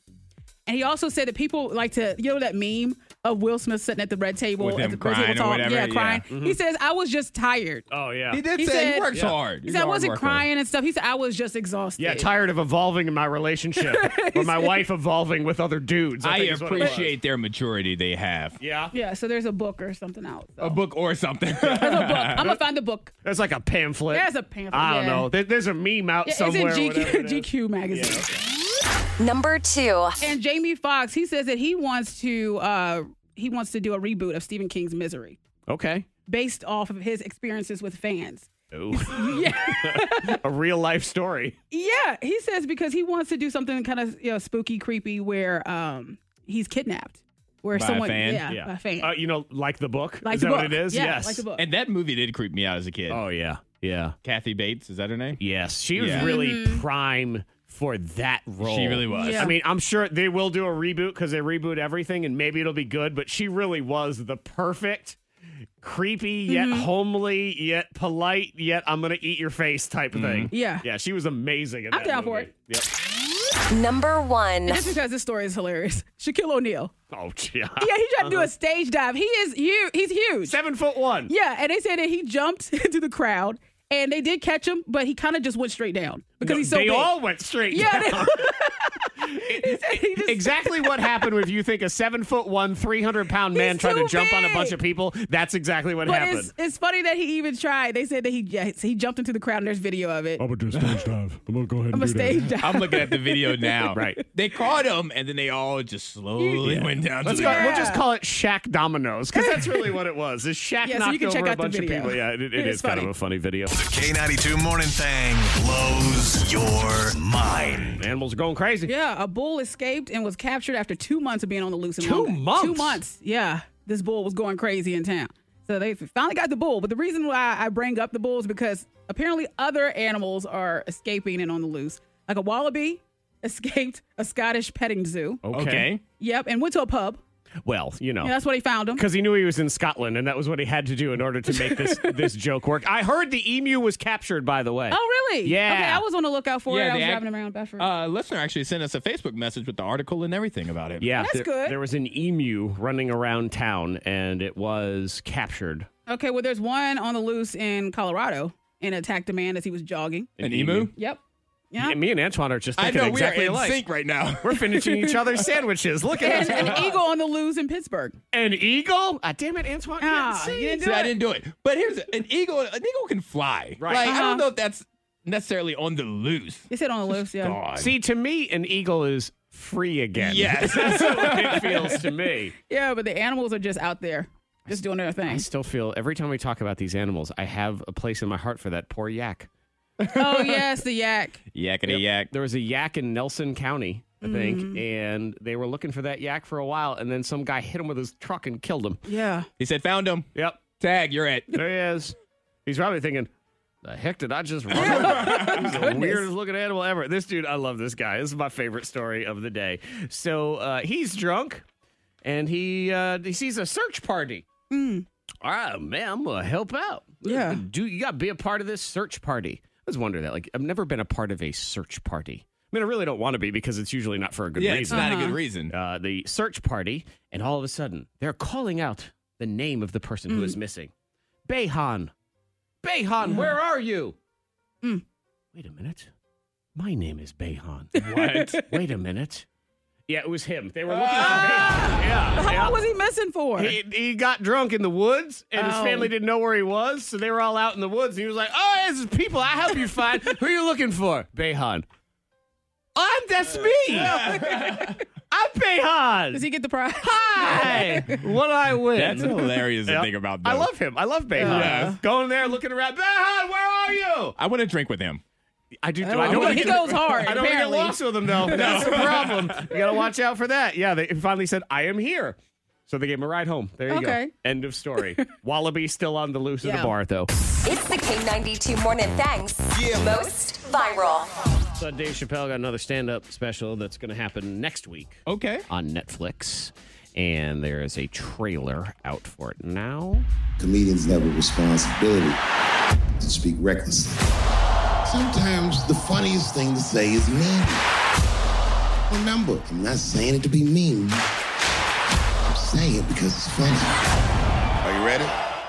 [SPEAKER 4] And he also said that people like to, you know, that meme of Will Smith sitting at the red table,
[SPEAKER 5] With
[SPEAKER 4] at
[SPEAKER 5] him
[SPEAKER 4] the red
[SPEAKER 5] crying or
[SPEAKER 4] table talk,
[SPEAKER 5] whatever,
[SPEAKER 4] yeah,
[SPEAKER 5] yeah.
[SPEAKER 4] crying.
[SPEAKER 5] Mhm.
[SPEAKER 4] He says, "I was just tired."
[SPEAKER 3] Oh yeah,
[SPEAKER 5] He did say he works hard.
[SPEAKER 4] He
[SPEAKER 5] He's
[SPEAKER 4] said,
[SPEAKER 5] a
[SPEAKER 4] "I
[SPEAKER 5] hard
[SPEAKER 4] wasn't
[SPEAKER 5] worker."
[SPEAKER 4] crying and stuff." He said, "I was just exhausted."
[SPEAKER 3] Yeah, tired of evolving in my relationship, or my wife evolving with other dudes.
[SPEAKER 5] I,
[SPEAKER 3] think is what it was.
[SPEAKER 5] appreciate their maturity they have.
[SPEAKER 3] Yeah.
[SPEAKER 4] Yeah. So there's a book or something out.
[SPEAKER 5] A book or something.
[SPEAKER 4] I'm gonna find the book.
[SPEAKER 3] That's like a pamphlet.
[SPEAKER 4] There's a pamphlet.
[SPEAKER 3] I don't
[SPEAKER 4] yeah.
[SPEAKER 3] know. There- There's a meme out
[SPEAKER 4] Yeah, it's in
[SPEAKER 3] somewhere.
[SPEAKER 4] GQ
[SPEAKER 3] whatever it is.
[SPEAKER 4] GQ magazine.
[SPEAKER 8] Number two.
[SPEAKER 4] And Jamie Foxx, he says that he wants to uh he wants to do a reboot of Stephen King's Misery
[SPEAKER 3] Okay.
[SPEAKER 4] based off of his experiences with fans.
[SPEAKER 3] Ooh. a real life story.
[SPEAKER 4] Yeah, he says because he wants to do something kind of you know spooky, creepy where um he's kidnapped. Where
[SPEAKER 5] By a
[SPEAKER 4] someone
[SPEAKER 5] fan?
[SPEAKER 4] Yeah,
[SPEAKER 5] Yeah.
[SPEAKER 4] by a fan.
[SPEAKER 3] Uh, you know, like the book.
[SPEAKER 4] Like
[SPEAKER 3] is
[SPEAKER 4] the
[SPEAKER 3] that what
[SPEAKER 4] book.
[SPEAKER 3] it is?
[SPEAKER 4] Yeah,
[SPEAKER 3] yes.
[SPEAKER 4] like the book.
[SPEAKER 5] And that movie did creep me out as a kid.
[SPEAKER 3] Oh yeah, yeah.
[SPEAKER 5] Kathy Bates, is that her name?
[SPEAKER 3] Yes, she was
[SPEAKER 5] Yeah.
[SPEAKER 3] really
[SPEAKER 4] Mm-hmm.
[SPEAKER 3] prime for that role.
[SPEAKER 5] She really was. Yeah.
[SPEAKER 3] I mean, I'm sure they will do a reboot because they reboot everything, and maybe it'll be good. But she really was the perfect. Creepy yet
[SPEAKER 4] Mm-hmm.
[SPEAKER 3] homely, yet polite, yet I'm gonna eat your face type of
[SPEAKER 15] Mm-hmm.
[SPEAKER 3] thing.
[SPEAKER 4] Yeah.
[SPEAKER 3] yeah, she was amazing. In
[SPEAKER 4] I'm
[SPEAKER 3] that
[SPEAKER 4] down for
[SPEAKER 3] movie. Yep.
[SPEAKER 8] Number one.
[SPEAKER 4] And just because this story is hilarious. Shaquille O'Neal.
[SPEAKER 3] Oh yeah.
[SPEAKER 4] Yeah, he tried to
[SPEAKER 3] Uh-huh.
[SPEAKER 4] do a stage dive. He is huge. He's huge.
[SPEAKER 3] Seven foot one.
[SPEAKER 4] Yeah, and they said that he jumped into the crowd, and they did catch him, but he kind of just went straight down because
[SPEAKER 3] No,
[SPEAKER 4] he's so
[SPEAKER 3] they
[SPEAKER 4] big.
[SPEAKER 3] all went straight.
[SPEAKER 4] Yeah, they-
[SPEAKER 3] down. exactly what happened if you think a seven foot one, three hundred pound man
[SPEAKER 4] He's
[SPEAKER 3] tried to
[SPEAKER 4] too
[SPEAKER 3] jump on a
[SPEAKER 4] big.
[SPEAKER 3] bunch of people. That's exactly what
[SPEAKER 4] but
[SPEAKER 3] happened.
[SPEAKER 4] it's, it's funny that he even tried. They said that he yeah, he jumped into the crowd, and there's video of it.
[SPEAKER 15] I'm gonna do a stage dive. I'm gonna go ahead
[SPEAKER 4] I'm
[SPEAKER 15] and
[SPEAKER 4] a
[SPEAKER 15] do
[SPEAKER 4] stage
[SPEAKER 15] that.
[SPEAKER 4] dive.
[SPEAKER 5] I'm looking at the video now.
[SPEAKER 3] Right.
[SPEAKER 5] They caught him, and then they all just slowly
[SPEAKER 3] Yeah.
[SPEAKER 5] went down.
[SPEAKER 3] Let's
[SPEAKER 5] to
[SPEAKER 3] go.
[SPEAKER 5] the
[SPEAKER 3] We'll just call it Shaq Dominoes because that's really what it was. Is Shaq
[SPEAKER 4] Yeah, so
[SPEAKER 3] knocked
[SPEAKER 4] you can
[SPEAKER 3] over
[SPEAKER 4] check
[SPEAKER 3] a
[SPEAKER 4] out the
[SPEAKER 3] bunch of
[SPEAKER 4] video.
[SPEAKER 3] people? Yeah, it, it
[SPEAKER 4] It
[SPEAKER 3] is,
[SPEAKER 4] is
[SPEAKER 3] kind of
[SPEAKER 4] funny.
[SPEAKER 3] a funny video.
[SPEAKER 1] K92 Morning Thang blows your mind.
[SPEAKER 3] Animals are going crazy.
[SPEAKER 4] Yeah, a bull escaped and was captured after two months of being on the loose. In
[SPEAKER 3] Two
[SPEAKER 4] London.
[SPEAKER 3] months?
[SPEAKER 4] Two months. Yeah, this bull was going crazy in town. So they finally got the bull. But the reason why I bring up the bull is because apparently other animals are escaping and on the loose. Like a wallaby escaped a Scottish petting zoo.
[SPEAKER 3] Okay.
[SPEAKER 4] Yep, and went to a pub.
[SPEAKER 3] Well, you know.
[SPEAKER 4] Yeah, that's what he found him.
[SPEAKER 3] because he knew he was in Scotland, and that was what he had to do in order to make this this joke work. I heard the emu was captured, by the way.
[SPEAKER 4] Oh, really?
[SPEAKER 3] Yeah.
[SPEAKER 4] Okay, I was on the lookout for it. I
[SPEAKER 5] they
[SPEAKER 4] was
[SPEAKER 5] act-
[SPEAKER 4] driving around Bedford.
[SPEAKER 5] Uh, listener actually sent us a Facebook message with the article and everything about it.
[SPEAKER 3] Yeah,
[SPEAKER 4] That's
[SPEAKER 3] there,
[SPEAKER 4] good.
[SPEAKER 3] There was an emu running around town, and it was captured.
[SPEAKER 4] okay, well, there's one on the loose in Colorado and attacked a man as he was jogging.
[SPEAKER 5] An emu?
[SPEAKER 4] Yep. Yeah.
[SPEAKER 3] And me and Antoine are just
[SPEAKER 5] I
[SPEAKER 3] thinking
[SPEAKER 5] know, we are
[SPEAKER 3] exactly
[SPEAKER 5] in
[SPEAKER 3] alike.
[SPEAKER 5] sync right now.
[SPEAKER 3] We're finishing each other's sandwiches. Look at
[SPEAKER 4] And
[SPEAKER 3] us.
[SPEAKER 4] an eagle on the loose in Pittsburgh.
[SPEAKER 3] An eagle? Ah, damn it, Antoine. you
[SPEAKER 4] Ah,
[SPEAKER 3] didn't see
[SPEAKER 4] you didn't
[SPEAKER 3] it.
[SPEAKER 5] See, I didn't do it. But here's an eagle. An eagle can fly.
[SPEAKER 3] Right.
[SPEAKER 5] Like, I
[SPEAKER 4] Uh-huh.
[SPEAKER 5] don't know if that's necessarily on the loose.
[SPEAKER 4] They said on the loose, yeah.
[SPEAKER 5] God.
[SPEAKER 3] See, to me, an eagle is free again.
[SPEAKER 5] Yes.
[SPEAKER 3] That's what it feels to me.
[SPEAKER 4] Yeah, but the animals are just out there, just doing their
[SPEAKER 3] I
[SPEAKER 4] thing.
[SPEAKER 3] still feel every time we talk about these animals, I have a place in my heart for that poor yak.
[SPEAKER 4] oh yes, the yak.
[SPEAKER 5] Yakety yak.
[SPEAKER 3] There was a yak in Nelson County, I think, and they were looking for that yak for a while, and then some guy hit him with his truck and killed him.
[SPEAKER 4] Yeah.
[SPEAKER 5] He said, found him.
[SPEAKER 3] Yep.
[SPEAKER 5] Tag, you're at.
[SPEAKER 3] There he is. He's probably thinking, the heck did I just run over? He's the
[SPEAKER 4] Goodness.
[SPEAKER 3] weirdest looking animal ever. This dude, I love this guy. This is my favorite story of the day. So uh, he's drunk and he uh, he sees a search party.
[SPEAKER 4] Mm.
[SPEAKER 3] All right, man, I'm gonna help out.
[SPEAKER 4] Yeah.
[SPEAKER 3] Do you gotta be a part of this search party? I was wondering that. Like, I've never been a part of a search party. I mean, I really don't want to be because it's usually not for a good
[SPEAKER 5] Yeah,
[SPEAKER 3] reason
[SPEAKER 5] it's not a
[SPEAKER 4] Uh-huh.
[SPEAKER 5] good reason.
[SPEAKER 3] uh, the search party, and all of
[SPEAKER 5] Mm.
[SPEAKER 3] a sudden, they're calling out the name of the person who is missing. Behan. Behan, where are you?
[SPEAKER 5] Mm.
[SPEAKER 3] Wait a minute. My name is Behan.
[SPEAKER 16] What?
[SPEAKER 3] Wait a minute. Yeah, it was him. They were looking
[SPEAKER 4] Ah!
[SPEAKER 3] for him. Yeah.
[SPEAKER 4] How
[SPEAKER 3] yeah.
[SPEAKER 4] long was he missing for?
[SPEAKER 3] He, he got drunk in the woods, and his
[SPEAKER 4] Oh.
[SPEAKER 3] family didn't know where he was, so they were all out in the woods. And he was like, "Oh, this is people. I help you find. Who are you looking for, Behan? I'm that's me. I'm Behan.
[SPEAKER 4] Does he get the prize?
[SPEAKER 3] Hi. what do I win?
[SPEAKER 5] That's hilarious to
[SPEAKER 3] Yeah.
[SPEAKER 5] think about,
[SPEAKER 3] I
[SPEAKER 5] though.
[SPEAKER 3] love him. I love Behan.
[SPEAKER 5] Yes.
[SPEAKER 3] Going there, looking around. Behan, where are you?
[SPEAKER 5] I want to drink with him.
[SPEAKER 3] I do.
[SPEAKER 5] Oh,
[SPEAKER 3] I don't
[SPEAKER 5] he
[SPEAKER 3] wanna get-
[SPEAKER 5] goes hard,
[SPEAKER 3] I don't wanna get
[SPEAKER 5] apparently.
[SPEAKER 3] lost with him though.
[SPEAKER 5] No.
[SPEAKER 3] That's the problem. You gotta watch out for that. Yeah, they finally said, "I am here," so they gave him a ride home. There you
[SPEAKER 8] Okay.
[SPEAKER 3] go. End of story. Wallaby still on the loose at
[SPEAKER 8] Yeah.
[SPEAKER 3] the bar though.
[SPEAKER 8] It's the K92 Morning Thang's most viral.
[SPEAKER 3] So Dave Chappelle got another stand-up special that's going to happen next week.
[SPEAKER 5] Okay.
[SPEAKER 3] On Netflix, and there is a trailer out for it now.
[SPEAKER 17] Comedians have a responsibility to speak recklessly. Sometimes the funniest thing to say is mean. Remember, I'm not saying it to be mean. I'm saying it because it's funny.
[SPEAKER 3] Are you ready?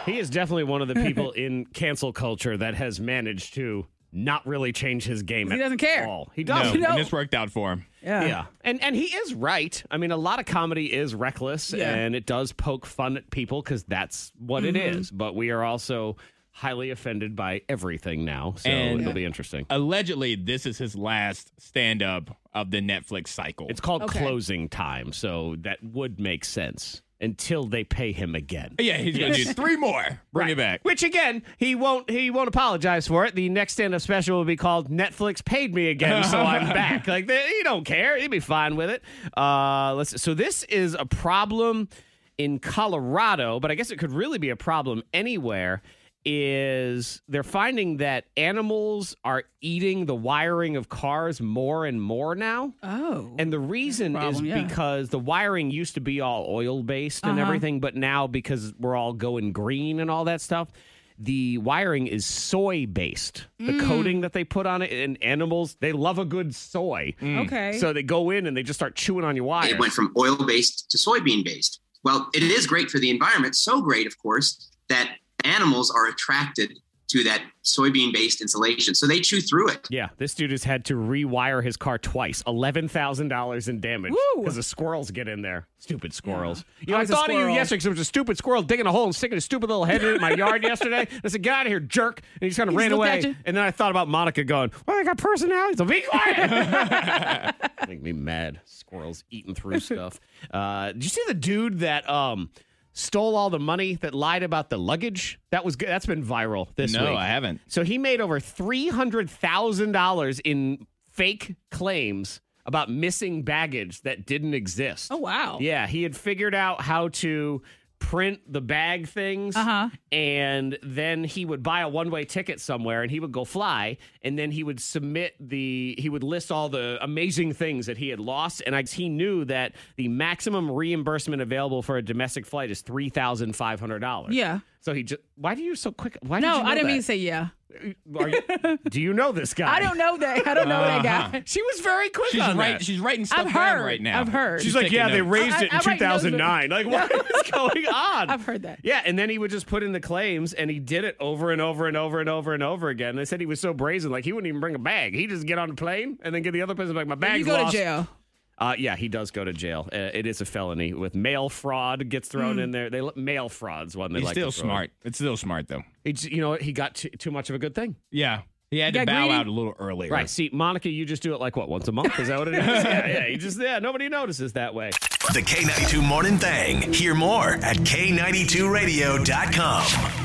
[SPEAKER 3] He is definitely one of the people in cancel culture that has managed to not really change his game.
[SPEAKER 4] He
[SPEAKER 3] at
[SPEAKER 4] doesn't care.
[SPEAKER 3] All. He doesn't.
[SPEAKER 5] No, And this worked out for him.
[SPEAKER 3] Yeah. And and he is right. I mean, a lot of comedy is reckless
[SPEAKER 5] Yeah.
[SPEAKER 3] and it does poke fun at people because that's what it
[SPEAKER 5] Mhm.
[SPEAKER 3] is. But we are also highly offended by everything now. So
[SPEAKER 5] And-
[SPEAKER 3] it'll be interesting.
[SPEAKER 5] Allegedly, this is his last stand up of the Netflix cycle.
[SPEAKER 3] It's called
[SPEAKER 5] Okay.
[SPEAKER 3] closing time, so that would make sense until they pay him again.
[SPEAKER 5] Yeah, he's going to do three more. Bring it back.
[SPEAKER 3] Which again, he won't he won't apologize for it. The next stand up special will be called Netflix paid me again, so I'm back. Like they, he don't care. He'd be fine with it. Uh let's so this is a problem in Colorado, but I guess it could really be a problem anywhere. Is they're finding that animals are eating the wiring of cars more and more now.
[SPEAKER 4] Oh.
[SPEAKER 3] And the reason is
[SPEAKER 4] problem, yeah.
[SPEAKER 3] because the wiring used to be all oil based and
[SPEAKER 4] Uh-huh.
[SPEAKER 3] everything, but now because we're all going green and all that stuff, the wiring is soy based. The
[SPEAKER 4] Mm.
[SPEAKER 3] coating that they put on it, and animals, they love a good soy.
[SPEAKER 4] Mm. Okay.
[SPEAKER 3] So they go in and they just start chewing on your wires.
[SPEAKER 18] It went from oil based to soybean based. Well, it is great for the environment, so great, of course, that animals are attracted to that soybean based insulation. So they chew through it.
[SPEAKER 3] Yeah, this dude has had to rewire his car twice. Eleven thousand dollars in damage because the squirrels get in there. Stupid squirrels. You know, I
[SPEAKER 16] Always a
[SPEAKER 3] thought of you
[SPEAKER 16] squirrel.
[SPEAKER 3] yesterday because there was a stupid squirrel digging a hole and sticking a stupid little head in my yard yesterday. I said, "Get out of here, jerk!" And he just kind of
[SPEAKER 16] He
[SPEAKER 3] ran
[SPEAKER 16] just looked at
[SPEAKER 3] away.
[SPEAKER 16] you.
[SPEAKER 3] And then I thought about Monica going, "Well, I got personality, so be quiet." Make me mad. Squirrels eating through stuff. Uh, did you see the dude that um stole all the money that lied about the luggage? That was good. That's been viral this
[SPEAKER 5] No,
[SPEAKER 3] week.
[SPEAKER 5] I haven't.
[SPEAKER 3] So he made over $300,000 in fake claims about missing baggage that didn't exist.
[SPEAKER 4] Oh, wow.
[SPEAKER 3] Yeah, he had figured out how to print the bag things
[SPEAKER 4] Uh-huh.
[SPEAKER 3] and then he would buy a one-way ticket somewhere and he would go fly and then he would submit the he would list all the amazing things that he had lost and I, he knew that the maximum reimbursement available for a domestic flight is $3,500.
[SPEAKER 4] Yeah.
[SPEAKER 3] So he just why do you so quick why did
[SPEAKER 4] no,
[SPEAKER 3] you know
[SPEAKER 4] I didn't
[SPEAKER 3] that?
[SPEAKER 4] mean to say yeah.
[SPEAKER 3] Are you- do you know this guy?
[SPEAKER 4] I don't know that. I don't know that
[SPEAKER 3] Uh-huh.
[SPEAKER 4] guy.
[SPEAKER 3] She was very quick
[SPEAKER 5] She's on right- that. she's writing stuff
[SPEAKER 4] I've
[SPEAKER 5] down
[SPEAKER 4] heard,
[SPEAKER 5] right now.
[SPEAKER 4] I've heard.
[SPEAKER 5] She's like, yeah, they raised
[SPEAKER 4] I-
[SPEAKER 5] it in
[SPEAKER 4] I- I write notes.
[SPEAKER 3] 2009. Like, what is going on?
[SPEAKER 4] I've heard that.
[SPEAKER 3] Yeah, and then he would just put in the claims, and he did it over and over and over and over and over again. They said he was so brazen, like he wouldn't even bring a bag. He just get on the plane and then get the other person like my bag's
[SPEAKER 4] you go
[SPEAKER 3] lost.
[SPEAKER 4] to jail.
[SPEAKER 3] Uh, yeah, he does go to jail. Uh, it is a felony with mail fraud gets thrown
[SPEAKER 4] Hmm.
[SPEAKER 5] Mm.
[SPEAKER 3] in there. They mail frauds one. They
[SPEAKER 5] He's
[SPEAKER 3] like
[SPEAKER 5] still
[SPEAKER 3] to throw in.
[SPEAKER 5] smart. It's still smart, though.
[SPEAKER 3] It's, you know, what? he got too, too much of a good thing.
[SPEAKER 5] Yeah. He had
[SPEAKER 3] He
[SPEAKER 5] to
[SPEAKER 3] got
[SPEAKER 5] bow
[SPEAKER 3] greedy?
[SPEAKER 5] out a little earlier.
[SPEAKER 3] Right. See, Monica, you just do it like what once a month? Is that what it is? yeah, yeah. You just yeah. Nobody notices that way.
[SPEAKER 1] The K92 Morning Thang. Hear more at K92Radio.com.